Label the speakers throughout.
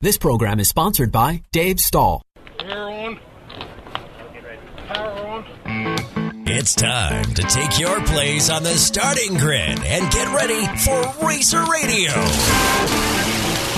Speaker 1: This program is sponsored by Dave Stahl.
Speaker 2: Air on. Power on.
Speaker 3: It's time to take your place on the starting grid and get ready for Racer Radio.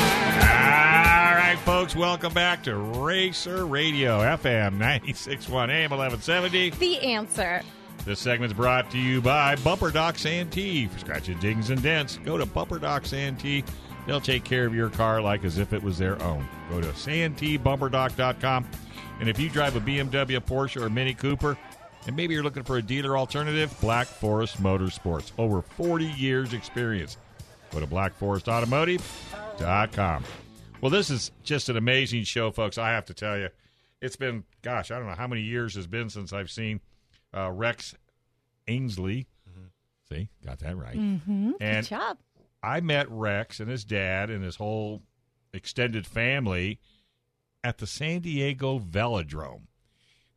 Speaker 4: All right, folks, welcome back to Racer Radio, FM 961 AM 1170.
Speaker 5: the answer.
Speaker 4: This segment's brought to you by Bumper Doc Santee. For scratches, dings, and dents, go to Bumper Doc Santee. They'll take care of your car like as if it was their own. Go to santeebumperdoc.com. And if you drive a BMW, Porsche, or Mini Cooper, and maybe you're looking for a dealer alternative, Black Forest Motorsports. Over 40 years experience. Go to blackforestautomotive.com. Well, this is just an amazing show, folks. I have to tell you, it's been, gosh, I don't know how many years has been since I've seen uh, Rex Ainsley. See, got that right.
Speaker 5: Mm-hmm. Good
Speaker 4: And
Speaker 5: job.
Speaker 4: I met Rex and his dad and his whole extended family at the San Diego Velodrome.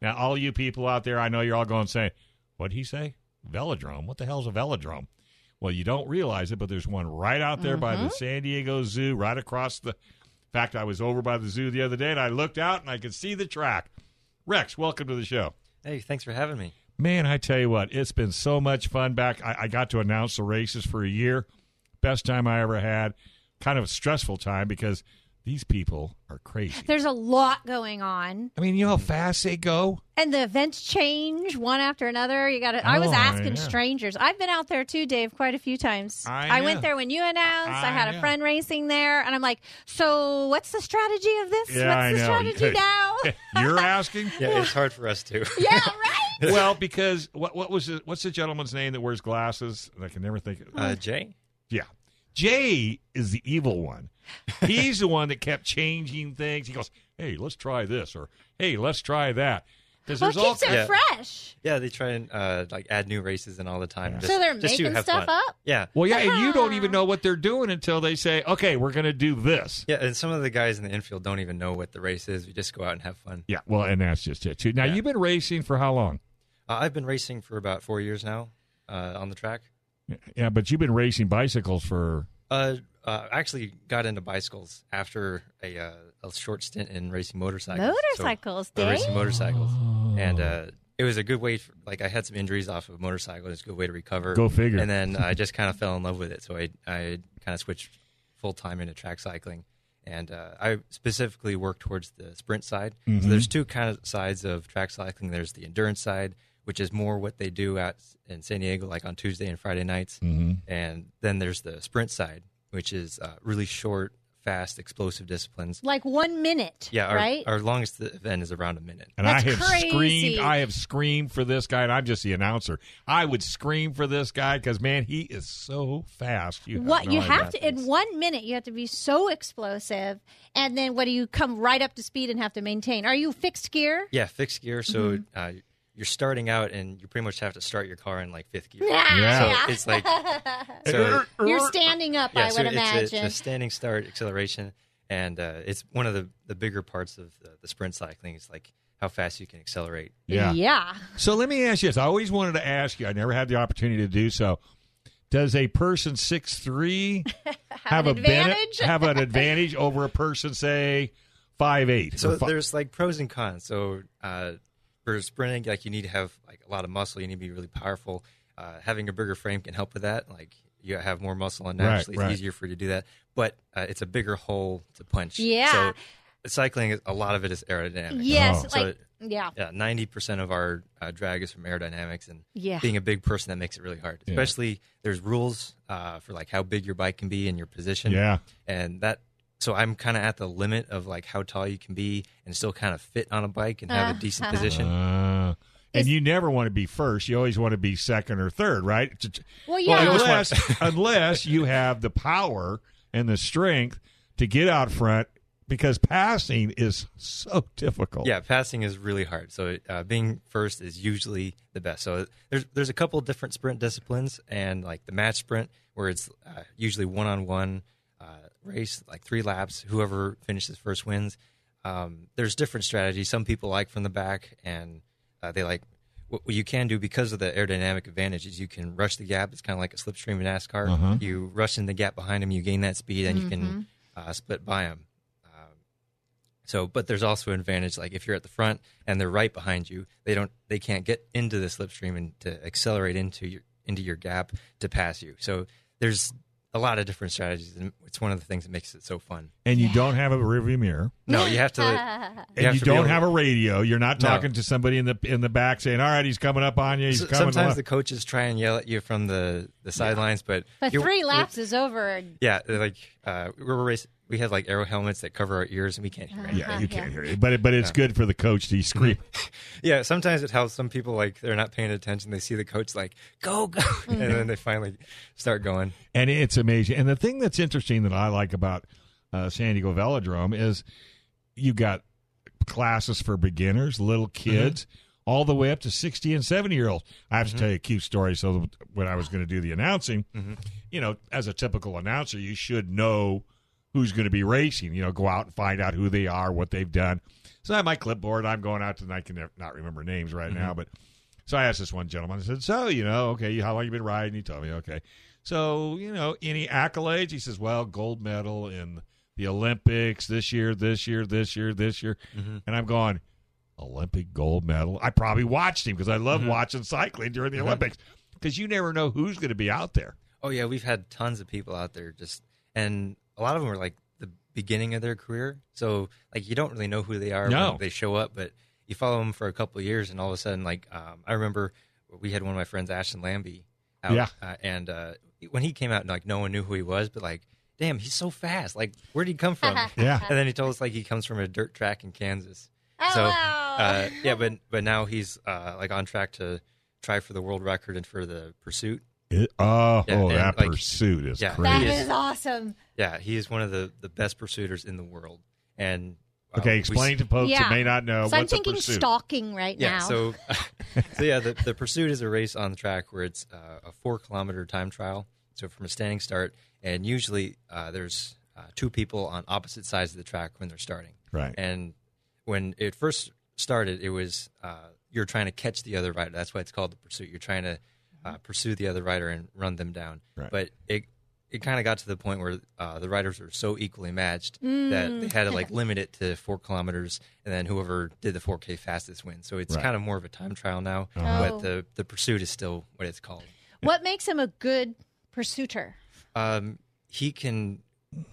Speaker 4: Now, all you people out there, I know you're all going saying, "What'd he say? Velodrome? What the hell's a velodrome?" Well, you don't realize it, but there's one right out there by the San Diego Zoo, right across the. In fact, I was over by the zoo the other day and I looked out and I could see the track. Rex, welcome to the show.
Speaker 6: Hey, thanks for having me.
Speaker 4: Man, I tell you what, it's been so much fun back. I, I got to announce the races for a year. Best time I ever had. Kind of a stressful time because these people are crazy.
Speaker 5: There's a lot going on,
Speaker 4: I mean, you know how fast they go?
Speaker 5: and the events change one after another. You got to. I was
Speaker 4: Oh,
Speaker 5: asking
Speaker 4: yeah.
Speaker 5: strangers. I've been out there too, Dave, quite a few times.
Speaker 4: I know.
Speaker 5: went there when you announced.
Speaker 4: I
Speaker 5: I, had a
Speaker 4: know.
Speaker 5: friend racing there, and I'm like, "So, what's the strategy of this?
Speaker 4: Yeah, I
Speaker 5: what's the
Speaker 4: know.
Speaker 5: strategy now?"
Speaker 4: You're asking?
Speaker 6: Yeah, it's hard for us too.
Speaker 5: yeah, right.
Speaker 4: Well, because what what was it, what's the gentleman's name that wears glasses? And I can never think. Of,
Speaker 6: Uh, Jay?
Speaker 4: yeah, Jay is the evil one. He's the one that kept changing things. He goes, "Hey, let's try this," or "Hey, let's try that." Because
Speaker 5: Well,
Speaker 4: there's
Speaker 5: it
Speaker 4: all
Speaker 5: keeps it
Speaker 6: Yeah.
Speaker 5: fresh.
Speaker 6: Yeah, they try and uh, like add new races in all the time.
Speaker 5: So they're making stuff up?
Speaker 6: Yeah,
Speaker 4: Well, yeah, and you don't even know what they're doing until they say, "Okay, we're going to do this."
Speaker 6: yeah, and some of the guys in the infield don't even know what the race is. We just go out and have fun.
Speaker 4: Yeah, well, and that's just it too. Now
Speaker 6: Yeah.
Speaker 4: you've been racing for how long?
Speaker 6: Uh, I've been racing for about four years now uh, on the track.
Speaker 4: Yeah, but you've been racing bicycles for.
Speaker 6: Uh, uh, I actually got into bicycles after a uh, a short stint in racing motorcycles. So-
Speaker 5: Motorcycles,
Speaker 6: uh,
Speaker 5: Dave.
Speaker 6: racing motorcycles, and uh, it was a good way. For, like I had some injuries off of motorcycle. It's a good way to recover.
Speaker 4: Go figure.
Speaker 6: And then I just kind of fell in love with it, so I I kind of switched full time into track cycling, and uh, I specifically work towards the sprint side.
Speaker 4: Mm-hmm.
Speaker 6: So there's two kind of sides of track cycling. There's the endurance side, which is more what they do out in San Diego, like on Tuesday and Friday nights,
Speaker 4: Mm-hmm.
Speaker 6: and then there's the sprint side, which is uh, really short, fast, explosive disciplines.
Speaker 5: like one minute.
Speaker 6: Yeah, our,
Speaker 5: right.
Speaker 6: our longest event is around a minute.
Speaker 4: And
Speaker 5: That's
Speaker 4: I have
Speaker 5: crazy.
Speaker 4: screamed. I have screamed for this guy, and I'm just the announcer. I would scream for this guy because man, he is so fast. You have
Speaker 5: what
Speaker 4: no
Speaker 5: you
Speaker 4: idea.
Speaker 5: have to in one minute you have to be so explosive and then what do you come right up to speed and have to maintain are you fixed gear
Speaker 6: Yeah, fixed gear. So
Speaker 5: Mm-hmm.
Speaker 6: uh, you're starting out, and you pretty much have to start your car in like fifth gear.
Speaker 4: Yeah.
Speaker 6: So it's like so,
Speaker 5: you're standing up
Speaker 6: yeah,
Speaker 5: i
Speaker 6: so
Speaker 5: would
Speaker 6: it's, a, it's
Speaker 5: imagine
Speaker 6: a standing start acceleration, and uh, it's one of the, the bigger parts of the, the sprint cycling. Is like how fast you can accelerate.
Speaker 4: Yeah.
Speaker 5: yeah
Speaker 4: So let me ask you this. I always wanted to ask you. I never had the opportunity to do so. Does a person six three have,
Speaker 5: an
Speaker 4: a bene-
Speaker 5: advantage?
Speaker 4: have an advantage over a person say five eight?
Speaker 6: So there's like pros and cons. So uh, for sprinting, like you need to have like a lot of muscle. You need to be really powerful. Uh, having a bigger frame can help with that. Like you have more muscle, and
Speaker 4: Right,
Speaker 6: naturally
Speaker 4: right.
Speaker 6: it's easier for you to do that. But uh, it's a bigger hole to punch.
Speaker 5: Yeah.
Speaker 6: So cycling, is- a lot of it is aerodynamics.
Speaker 5: yes
Speaker 4: Oh.
Speaker 6: So
Speaker 5: like yeah
Speaker 6: yeah, ninety percent of our uh, drag is from aerodynamics, and
Speaker 5: Yeah.
Speaker 6: being a big person that makes it really hard. Especially there's rules uh, for like how big your bike can be and your position.
Speaker 4: Yeah.
Speaker 6: and that. So I'm kind of at the limit of like how tall you can be and still kind of fit on a bike and have a decent position.
Speaker 4: Uh, and
Speaker 5: Is-
Speaker 4: you never want to be first. You always want to be second or third, right? T- t-
Speaker 5: well yeah
Speaker 6: I just want-
Speaker 4: unless, unless you have the power and the strength to get out front, because passing is so difficult.
Speaker 6: Yeah, passing is really hard. So uh, being first is usually the best. So there's there's a couple different sprint disciplines, and like the match sprint where it's uh, usually one on one race, like three laps. Whoever finishes first wins. Um, there's different strategies. Some people like from the back, and uh, they like what you can do because of the aerodynamic advantage is you can rush the gap. It's kind of like a slipstream in NASCAR. You rush in the gap behind them, you gain that speed, and you can uh, split by them. So, but there's also an advantage. Like if you're at the front and they're right behind you, they don't, they can't get into the slipstream and to accelerate into your into your gap to pass you. So there's a lot of different strategies, and it's one of the things that makes it so fun.
Speaker 4: And you don't have a rearview mirror,
Speaker 6: No, you have to.
Speaker 4: and
Speaker 6: have
Speaker 4: you
Speaker 6: to be
Speaker 4: don't
Speaker 6: able-
Speaker 4: have a radio. You're not
Speaker 6: No.
Speaker 4: talking to somebody in the in the back saying, "All right, he's coming up on you." He's
Speaker 6: S-
Speaker 4: coming
Speaker 6: sometimes
Speaker 4: along."
Speaker 6: the coaches try and yell at you from the the sidelines, but
Speaker 5: But
Speaker 6: you're-
Speaker 5: three
Speaker 6: you're-
Speaker 5: laps is over. And
Speaker 6: Yeah, they're like uh, we were race. We had like arrow helmets that cover our ears, and we can't hear anything.
Speaker 4: yeah, you can't
Speaker 5: yeah.
Speaker 4: hear it, but it, but it's good for the coach to scream.
Speaker 6: Yeah, sometimes it helps. Some people like they're not paying attention. They see the coach like go go, and then they finally start going.
Speaker 4: and it's amazing. And the thing that's interesting that I like about uh, San Diego Velodrome is you got classes for beginners, little kids, all the way up to sixty and seventy year olds. I have to tell you a cute story. So when I was going to do the announcing, you know, as a typical announcer, you should know who's going to be racing. You know, go out and find out who they are, what they've done. So I have my clipboard. I'm going out to, and I can not remember names right now, but so I asked this one gentleman. I said, "So you know, okay, how long you been riding?" He told me, "Okay, so you know, any accolades?" He says, "Well, gold medal in the Olympics this year, this year, this year, this year."
Speaker 6: Mm-hmm.
Speaker 4: And I'm going, "Olympic gold medal." I probably watched him because I
Speaker 6: Mm-hmm.
Speaker 4: love watching cycling during the Olympics because you never know who's going to be out there.
Speaker 6: Oh yeah, we've had tons of people out there just, and a lot of them are like the beginning of their career. So like you don't really know who they are
Speaker 4: No.
Speaker 6: when they show up, but you follow them for a couple of years, and all of a sudden, like um, I remember we had one of my friends, Ashton Lambie, out,
Speaker 4: Yeah.
Speaker 6: uh, and uh, when he came out, like no one knew who he was, but like. Damn, he's so fast! Like, where did he come from?
Speaker 4: Yeah.
Speaker 6: and then he told us like he comes from a dirt track in Kansas.
Speaker 5: Oh,
Speaker 6: so,
Speaker 5: wow.
Speaker 6: uh, yeah, but but now he's uh, like on track to try for the world record and for the pursuit.
Speaker 4: It- oh,
Speaker 6: Yeah,
Speaker 4: oh,
Speaker 6: and,
Speaker 4: that
Speaker 6: like,
Speaker 4: pursuit is
Speaker 6: yeah.
Speaker 5: that
Speaker 4: crazy.
Speaker 6: He
Speaker 5: is,
Speaker 6: is- Uh,
Speaker 5: awesome.
Speaker 6: Yeah, he is one of the, the best pursuiters in the world. And uh,
Speaker 4: okay,
Speaker 6: we-
Speaker 4: explain to folks
Speaker 5: yeah.
Speaker 4: who may not know.
Speaker 5: so I'm
Speaker 4: what's a
Speaker 5: thinking
Speaker 4: pursuit.
Speaker 5: stalking right
Speaker 6: Yeah,
Speaker 5: now.
Speaker 6: so so yeah, the, the pursuit is a race on the track where it's uh, a four kilometer time trial. So from a standing start, and usually uh, there's uh, two people on opposite sides of the track when they're starting.
Speaker 4: Right.
Speaker 6: And when it first started, it was uh, you're trying to catch the other rider. That's why it's called the pursuit. You're trying to uh, pursue the other rider and run them down.
Speaker 4: Right.
Speaker 6: But it it kind of got to the point where uh, the riders were so equally matched that they had to like limit it to four kilometers, and then whoever did the four k fastest wins. So it's
Speaker 4: Right. Uh-huh.
Speaker 6: kind of more of a time trial now,
Speaker 5: Oh.
Speaker 6: but the the pursuit is still what it's called.
Speaker 5: what makes him a good pursuiter?
Speaker 6: Um, he can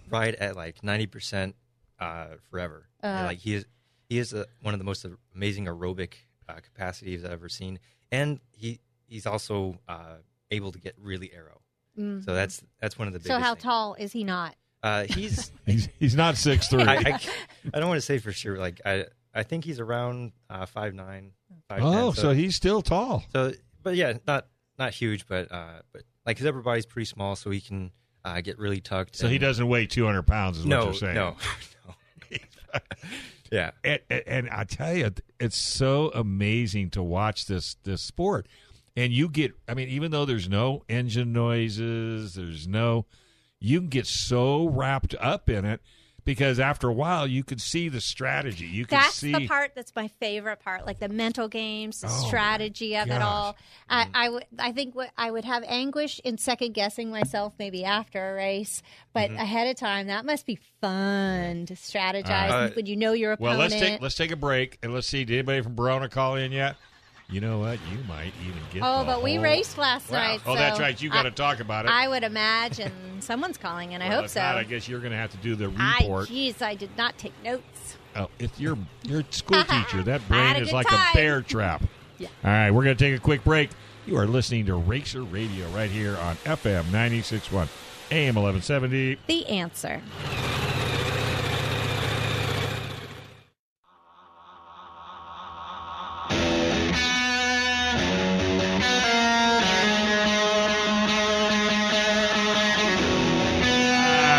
Speaker 6: ride at like ninety percent uh, forever. And, like he is, he is a, one of the most amazing aerobic uh, capacities I've ever seen, and he he's also uh, able to get really arrow. So that's that's one of the biggest.
Speaker 5: Mm-hmm. So Mm. how
Speaker 6: things.
Speaker 5: tall is he not?
Speaker 6: Uh, he's
Speaker 4: He's, he's not six three.
Speaker 6: I, I, I don't want to say for sure. Like I I think he's around uh, five nine.
Speaker 4: oh,
Speaker 6: uh,
Speaker 4: so he's still tall.
Speaker 6: So, but yeah, not not huge, but uh, but like his upper body's pretty small, so he can uh, get really tucked.
Speaker 4: So he
Speaker 6: and-
Speaker 4: doesn't weigh 200 pounds, is what
Speaker 6: No,
Speaker 4: you're saying.
Speaker 6: no, no. yeah,
Speaker 4: And, and- and I tell you, it's so amazing to watch this this sport. And you get, I mean, even though there's no engine noises, there's no, you can get so wrapped up in it because after a while you can see the strategy. You can
Speaker 2: That's
Speaker 4: see
Speaker 2: the part that's my favorite part, like the mental games, the
Speaker 4: Oh, my
Speaker 2: strategy of
Speaker 4: gosh. Mm.
Speaker 2: it all.
Speaker 5: I I would I think what I would have anguish in second guessing myself maybe after a race, but
Speaker 4: Mm-hmm.
Speaker 5: ahead of time that must be fun to strategize
Speaker 6: All right.
Speaker 5: when you know your
Speaker 4: Uh, Well,
Speaker 5: opponent.
Speaker 4: let's take let's take a break and let's see. Did anybody from Verona call in yet? You know what? You might even get.
Speaker 5: oh,
Speaker 4: the
Speaker 5: but we
Speaker 4: whole-
Speaker 5: raced last night.
Speaker 4: Oh, that's
Speaker 5: so
Speaker 4: right. You got to
Speaker 5: I-
Speaker 4: talk about it.
Speaker 5: I would imagine someone's calling, and I
Speaker 4: Well,
Speaker 5: hope
Speaker 4: if
Speaker 5: so.
Speaker 4: not, I guess you're going to have to do the
Speaker 5: I
Speaker 4: report.
Speaker 5: jeez, I did not take notes.
Speaker 4: Oh, if you're you're a school teacher, that
Speaker 5: I had
Speaker 4: brain
Speaker 5: a
Speaker 4: is
Speaker 5: good
Speaker 4: like
Speaker 5: time.
Speaker 4: a bear trap.
Speaker 5: Yeah.
Speaker 4: All right, we're going to take a quick break. You are listening to Racer Radio right here on FM 96.1, AM 1170.
Speaker 5: The answer.
Speaker 4: All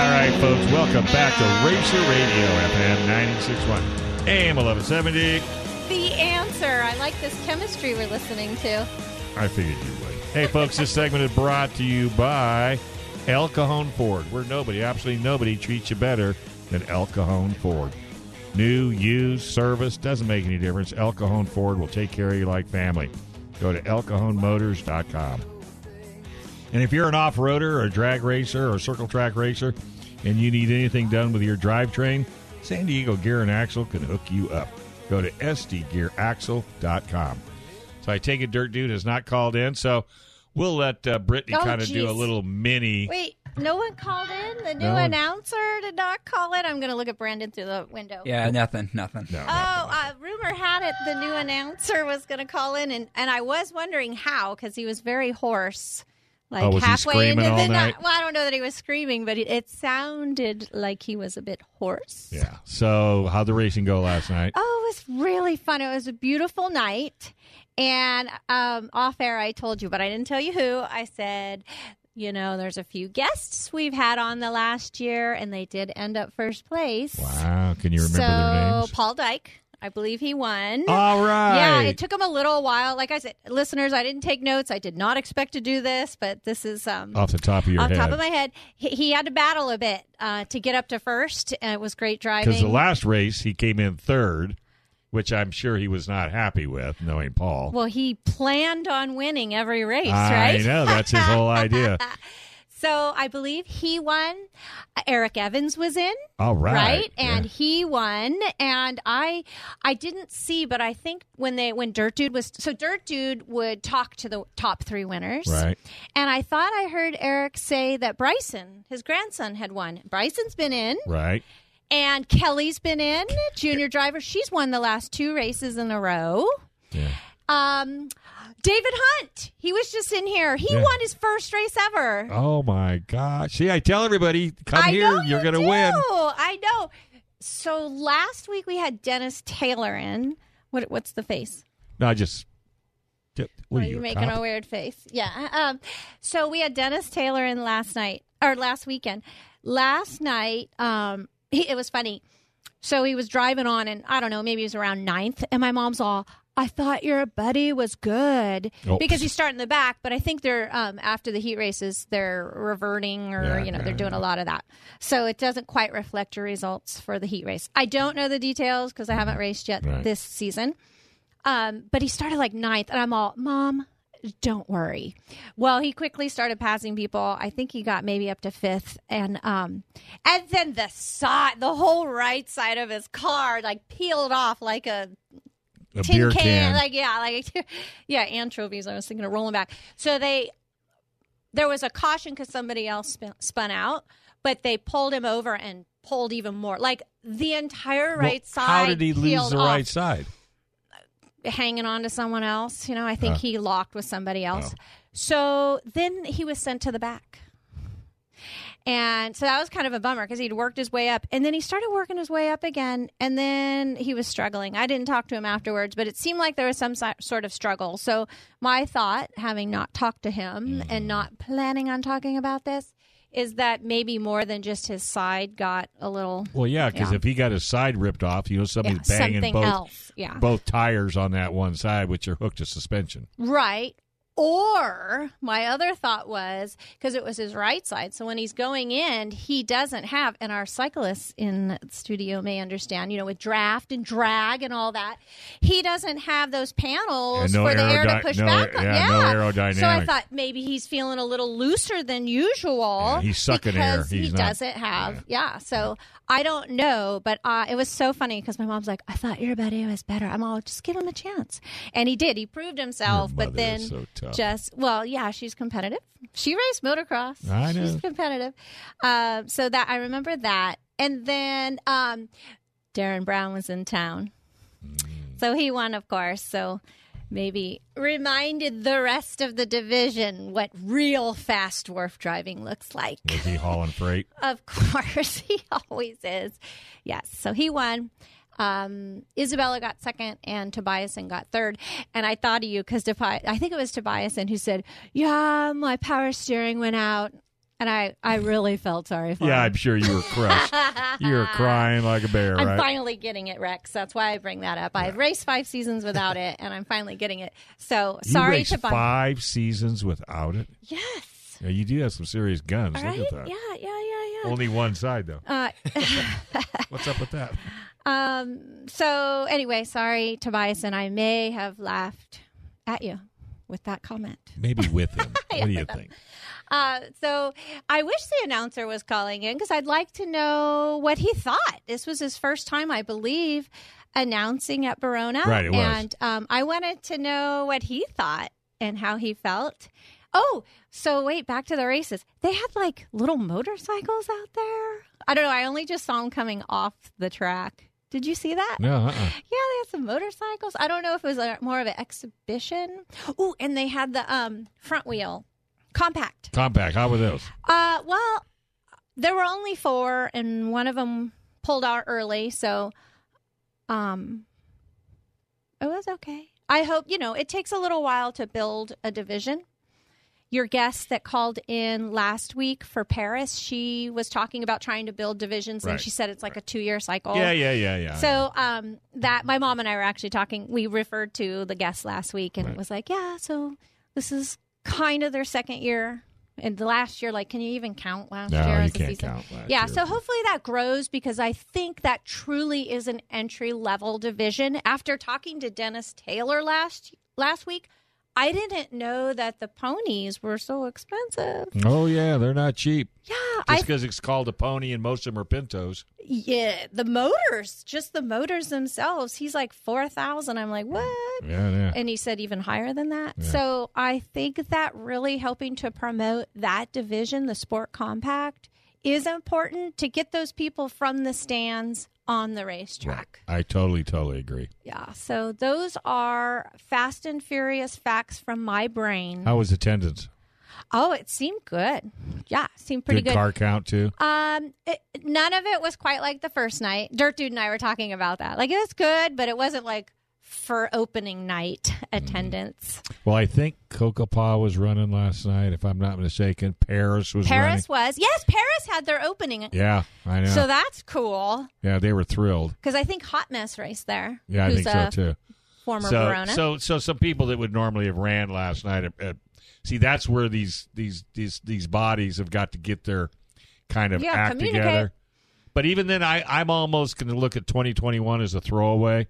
Speaker 4: right, folks. Welcome back to Racer Radio, FM 961, AM 1170.
Speaker 5: The answer. I like this chemistry we're listening to.
Speaker 4: I figured you would. Hey, folks, this segment is brought to you by El Cajon Ford, where nobody, absolutely nobody, treats you better than El Cajon Ford. New, used, service, doesn't make any difference. El Cajon Ford will take care of you like family. Go to ElCajonMotors.com. And if you're an off roader or a drag racer or a circle track racer and you need anything done with your drivetrain, San Diego Gear and Axle can hook you up. Go to SDGearAxle.com. So I take it Dirt Dude has not called in, so we'll let uh, Brittany
Speaker 5: Oh,
Speaker 4: kind of do
Speaker 5: geez.
Speaker 4: a little mini.
Speaker 5: Wait, no one called in? The new
Speaker 4: No one-
Speaker 5: announcer did not call in? I'm going to look at Brandon through the window.
Speaker 7: Yeah, nothing, nothing.
Speaker 4: No, no.
Speaker 5: Oh, uh, rumor had it the new announcer was going to call in, and, and I was wondering how because he was very hoarse, like
Speaker 4: Oh, was he
Speaker 5: halfway into
Speaker 4: screaming all
Speaker 5: the
Speaker 4: night?
Speaker 5: Well, I don't know that he was screaming, but it, it sounded like he was a bit hoarse.
Speaker 4: Yeah. So how'd the racing go last night?
Speaker 5: Oh, it was really fun. It was a beautiful night. And um, off air, I told you, but I didn't tell you who. I said, you know, there's a few guests we've had on the last year, and they did end up first place.
Speaker 4: Wow. Can you remember
Speaker 5: so,
Speaker 4: their names?
Speaker 5: Paul Dyke, I believe he won.
Speaker 4: All right.
Speaker 5: Yeah, it took him a little while. Like I said, listeners, I didn't take notes. I did not expect to do this, but this is um,
Speaker 4: off the top of your
Speaker 5: off
Speaker 4: head.
Speaker 5: top of my head. He, he had to battle a bit uh, to get up to first, and it was great driving.
Speaker 4: Because the last race, he came in third, which I'm sure he was not happy with, knowing Paul.
Speaker 5: well, he planned on winning every race,
Speaker 4: I
Speaker 5: right?
Speaker 4: know. That's his whole idea.
Speaker 5: So I believe he won. Eric Evans was in.
Speaker 4: All right.
Speaker 5: right and
Speaker 4: Yeah.
Speaker 5: he won and i i didn't see but i think when they when dirt dude was so dirt dude would talk to the top three winners
Speaker 4: Right.
Speaker 5: and i thought i heard eric say that bryson his grandson had won bryson's been in
Speaker 4: Right.
Speaker 5: and kelly's been in junior driver she's won the last two races in a row
Speaker 4: Yeah.
Speaker 5: um david hunt he was just in here he
Speaker 4: Yeah.
Speaker 5: won his first race ever
Speaker 4: Oh, my gosh. See, I tell everybody, come
Speaker 5: I
Speaker 4: here.
Speaker 5: know
Speaker 4: you're
Speaker 5: you
Speaker 4: going to
Speaker 5: do.
Speaker 4: win.
Speaker 5: I know. So last week we had Dennis Taylor in. What, what's the face?
Speaker 4: No, I just. What are
Speaker 5: Oh,
Speaker 4: you,
Speaker 5: you're
Speaker 4: a
Speaker 5: making
Speaker 4: cop?
Speaker 5: a weird face. Yeah. Um, so we had Dennis Taylor in last night or last weekend. Last night, um, he, it was funny. So he was driving on, and I don't know, maybe he was around ninth, and my mom's all. I thought your buddy was good
Speaker 4: Oh.
Speaker 5: because he's starting the back, but I think they're um, after the heat races they're reverting or
Speaker 4: Yeah,
Speaker 5: you know
Speaker 4: yeah,
Speaker 5: they're doing a lot of that, so it doesn't quite reflect your results for the heat race. I don't know the details because I haven't raced yet
Speaker 4: Right.
Speaker 5: this season, um, but he started like ninth, and I'm all, Mom, don't worry. Well, he quickly started passing people. I think he got maybe up to fifth, and um, and then the side, the whole right side of his car, like peeled off like a
Speaker 4: a
Speaker 5: tin
Speaker 4: beer
Speaker 5: can,
Speaker 4: can.
Speaker 5: like yeah, like yeah, anchovies. I was thinking of rolling back. So they, there was a caution because somebody else spun, spun out, but they pulled him over and pulled even more. Like the entire
Speaker 4: Well,
Speaker 5: right side.
Speaker 4: How did he lose
Speaker 5: peeled
Speaker 4: the
Speaker 5: off
Speaker 4: right side?
Speaker 5: hanging on to someone else. You know, I think
Speaker 4: Oh.
Speaker 5: he locked with somebody else. So then he was sent to the back. And so that was kind of a bummer because he'd worked his way up and then he started working his way up again. And then he was struggling. I didn't talk to him afterwards, but it seemed like there was some si- sort of struggle. So, my thought, having not talked to him
Speaker 4: Mm.
Speaker 5: and not planning on talking about this, is that maybe more than just his side got a little
Speaker 4: Well, yeah, because
Speaker 5: Yeah.
Speaker 4: if he got his side ripped off, you know
Speaker 5: yeah,
Speaker 4: somebody's banging
Speaker 5: something
Speaker 4: both
Speaker 5: else. Yeah.
Speaker 4: both tires on that one side, which are hooked to suspension.
Speaker 5: Right. Or my other thought was because it was his right side. So when he's going in, he doesn't have, and our cyclists in the studio may understand, you know, with draft and drag and all that, he doesn't have those panels
Speaker 4: Yeah, no
Speaker 5: for the air to
Speaker 4: aerody-
Speaker 5: push
Speaker 4: no
Speaker 5: back
Speaker 4: aer-
Speaker 5: on.
Speaker 4: yeah, no
Speaker 5: So I
Speaker 4: aerodynamic.
Speaker 5: thought maybe he's feeling a little looser than usual.
Speaker 4: Yeah, he's sucking air.
Speaker 5: because
Speaker 4: He's
Speaker 5: he
Speaker 4: not-
Speaker 5: doesn't have, yeah. So I don't know, but uh, it was so funny because my mom's like, I thought your buddy was better. I'm all, just give him a chance. And he did. He proved himself,
Speaker 4: Your
Speaker 5: but
Speaker 4: mother
Speaker 5: then
Speaker 4: is so tough.
Speaker 5: just, well, yeah, she's competitive. She raced motocross.
Speaker 4: I know.
Speaker 5: She's competitive. Um, so that I remember that. And then um, Darren Brown was in town.
Speaker 4: Mm.
Speaker 5: So he won, of course. So maybe reminded the rest of the division what real fast wharf driving looks like.
Speaker 4: Was he hauling freight?
Speaker 5: Of course, he always is. Yes, so he won. Um, Isabella got second, and Tobiasen got third. And I thought of you because I think it was Tobiasen who said, "Yeah, my power steering went out." And I, I really felt sorry for
Speaker 4: Yeah,
Speaker 5: him.
Speaker 4: I'm sure you were crushed. you were crying like a bear,
Speaker 5: I'm
Speaker 4: right?
Speaker 5: finally getting it, Rex. That's why I bring that up. I've raced five seasons without it, and I'm finally getting it. So
Speaker 4: You
Speaker 5: sorry
Speaker 4: raced
Speaker 5: to bump.
Speaker 4: five seasons without it.
Speaker 5: Yes.
Speaker 4: Yeah, you do have some serious guns.
Speaker 5: All
Speaker 4: Look
Speaker 5: right.
Speaker 4: at
Speaker 5: Yeah.
Speaker 4: that.
Speaker 5: Yeah. Yeah. Yeah.
Speaker 4: Only one side though.
Speaker 5: Uh,
Speaker 4: What's up with that?
Speaker 5: um. So anyway, sorry, Tobias, and I may have laughed at you with that comment.
Speaker 4: Maybe with him. What do you think?
Speaker 5: Uh, so I wish the announcer was calling in because I'd like to know what he thought. This was his first time, I believe, announcing at Verona.
Speaker 4: Right, it was.
Speaker 5: And um, I wanted to know what he thought and how he felt. Oh, so wait, back to the races. They had like little motorcycles out there. I don't know. I only just saw them coming off the track. Did you see that?
Speaker 4: No, uh-uh.
Speaker 5: Yeah, they had some motorcycles. I don't know if it was a, more of an exhibition. Ooh, and they had the um, front wheel compact.
Speaker 4: compact. How were those?
Speaker 5: Uh, well, there were only four, and one of them pulled out early, so um, it was okay. I hope you know it takes a little while to build a division. Your guest that called in last week for Paris, she was talking about trying to build divisions,
Speaker 4: Right.
Speaker 5: and she said it's like a two-year cycle.
Speaker 4: Yeah, yeah, yeah, yeah.
Speaker 5: Oh. So um, that my mom and I were actually talking. We referred to the guest last week, and
Speaker 4: Right.
Speaker 5: it was like, yeah, so this is kind of their second year, and the last year, like, can you even count last
Speaker 4: No,
Speaker 5: year
Speaker 4: you
Speaker 5: as a
Speaker 4: can't
Speaker 5: season?
Speaker 4: count last
Speaker 5: yeah,
Speaker 4: year.
Speaker 5: so hopefully that grows because I think that truly is an entry level division. After talking to Dennis Taylor last last week, I didn't know that the ponies were so expensive.
Speaker 4: oh yeah, they're not cheap.
Speaker 5: Yeah, I
Speaker 4: Just because it's called a pony and most of them are pintos.
Speaker 5: yeah the motors just the motors themselves he's like 4000 i'm like what
Speaker 4: Yeah, yeah.
Speaker 5: and he said even higher than that so i think that really helping to promote that division the sport compact is important to get those people from the stands on the racetrack
Speaker 4: I totally, totally agree.
Speaker 5: yeah so those are fast and furious facts from my brain
Speaker 4: How was attendance?
Speaker 5: oh it seemed good yeah seemed pretty
Speaker 4: Good,
Speaker 5: good,
Speaker 4: car count too.
Speaker 5: Um, it, none of it was quite like the first night. Dirt Dude and I were talking about that. Like it was good, but it wasn't like for opening night
Speaker 4: Mm-hmm.
Speaker 5: attendance.
Speaker 4: Well, I think Cocopa was running last night, if I'm not mistaken. Paris was
Speaker 5: Paris was yes, Paris had their opening,
Speaker 4: running. Yeah, I know.
Speaker 5: so that's cool
Speaker 4: yeah, they were thrilled.
Speaker 5: because I think Hot Mess raced there.
Speaker 4: Yeah, I
Speaker 5: who's
Speaker 4: think so
Speaker 5: a
Speaker 4: too.
Speaker 5: Former
Speaker 4: so,
Speaker 5: Verona.
Speaker 4: so, so some people that would normally have ran last night. At, at, see, that's where these these these these bodies have got to get their kind of
Speaker 5: Yeah,
Speaker 4: act
Speaker 5: communicate.
Speaker 4: together. But even then, I I'm almost going to look at 2021 as a throwaway.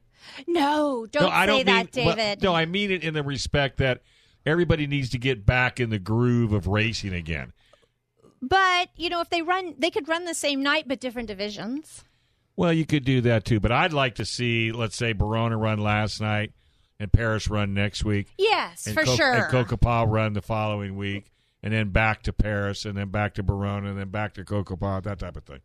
Speaker 5: no, don't
Speaker 4: no,
Speaker 5: say
Speaker 4: I don't mean,
Speaker 5: that,
Speaker 4: well,
Speaker 5: David.
Speaker 4: no, I mean it in the respect that everybody needs to get back in the groove of racing again.
Speaker 5: but you know, if they run, they could run the same night but different divisions.
Speaker 4: Well, you could do that too, but I'd like to see, let's say, Barona run last night and Paris run next week.
Speaker 5: Yes,
Speaker 4: and
Speaker 5: for
Speaker 4: Co-
Speaker 5: sure.
Speaker 4: And Cocopa run the following week, and then back to Paris, and then back to Barona, and then back to Cocopa, that type of thing.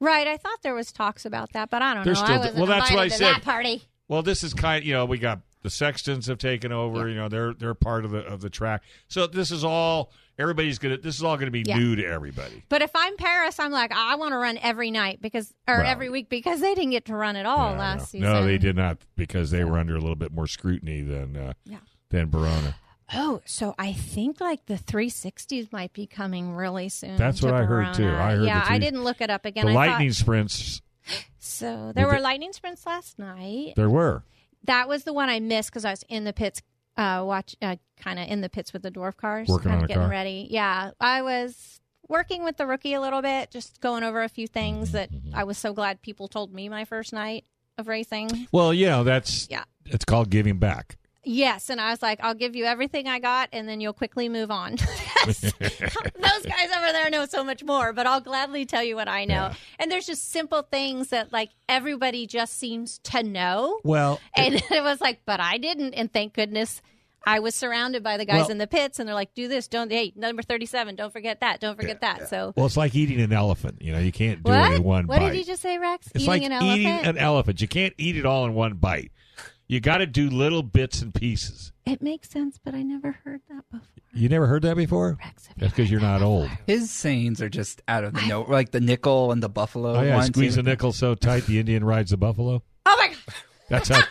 Speaker 5: right, I thought there was talks about that, but I don't
Speaker 4: They're
Speaker 5: know.
Speaker 4: still-
Speaker 5: I wasn't
Speaker 4: well, that's what
Speaker 5: invited
Speaker 4: I
Speaker 5: to
Speaker 4: said.
Speaker 5: that party.
Speaker 4: Well, this is kind. You know, we got the Sextons have taken over. You know, they're they're part of the of the track. So this is all everybody's gonna. This is all gonna be
Speaker 5: Yeah.
Speaker 4: new to everybody.
Speaker 5: But if I'm Paris, I'm like, I want to run every night because, or
Speaker 4: Well,
Speaker 5: every week because they didn't get to run at all
Speaker 4: Yeah, I
Speaker 5: Oh, last
Speaker 4: know.
Speaker 5: season.
Speaker 4: No, they did not because they were under a little bit more scrutiny than uh,
Speaker 5: Yeah.
Speaker 4: than Barona.
Speaker 5: Oh, so I think like the 360s might be coming really soon.
Speaker 4: That's
Speaker 5: to
Speaker 4: what I heard, too.
Speaker 5: Verona.
Speaker 4: I heard
Speaker 5: Yeah,
Speaker 4: the three-
Speaker 5: I didn't look it up again.
Speaker 4: the
Speaker 5: I
Speaker 4: lightning
Speaker 5: Thought,
Speaker 4: sprints
Speaker 5: so there
Speaker 4: Well,
Speaker 5: were
Speaker 4: the-
Speaker 5: lightning sprints last night.
Speaker 4: there were.
Speaker 5: That was the one I missed because I was in the pits, uh, watch, uh, kind of in the pits with the dwarf cars,
Speaker 4: Working
Speaker 5: kind
Speaker 4: on a
Speaker 5: of getting
Speaker 4: car.
Speaker 5: ready. Yeah, I was working with the rookie a little bit, just going over a few things
Speaker 4: Mm-hmm,
Speaker 5: that I was so glad people told me my first night of racing.
Speaker 4: Well, you know that's
Speaker 5: Yeah.
Speaker 4: It's called giving back.
Speaker 5: Yes, and I was like, I'll give you everything I got, and then you'll quickly move on. Those guys over there know so much more, but I'll gladly tell you what I know. And there's just simple things that like everybody just seems to know,
Speaker 4: Well,
Speaker 5: and it was like, but I didn't, and thank goodness. I was surrounded by the guys
Speaker 4: Well-
Speaker 5: in the pits, and they're like, "Do this, don't hey, number thirty-seven, don't forget that, don't forget that." So,
Speaker 4: well, it's like eating an elephant. You know, you can't do it
Speaker 5: what?
Speaker 4: in one
Speaker 5: what
Speaker 4: bite.
Speaker 5: did you just say, Rex?
Speaker 4: it's
Speaker 5: eating
Speaker 4: like
Speaker 5: an
Speaker 4: eating
Speaker 5: elephant.
Speaker 4: an elephant. You can't eat it all in one bite. You got to do little bits and pieces.
Speaker 5: it makes sense, but I never heard that before.
Speaker 4: You never heard that before?
Speaker 5: Rex, have you
Speaker 4: That's because you're not old.
Speaker 7: His sayings are just out of the note, like the nickel and the buffalo.
Speaker 4: Oh yeah,
Speaker 7: one,
Speaker 4: squeeze
Speaker 7: two.
Speaker 4: a nickel so tight the Indian rides the buffalo.
Speaker 5: Oh my god,
Speaker 4: That's how.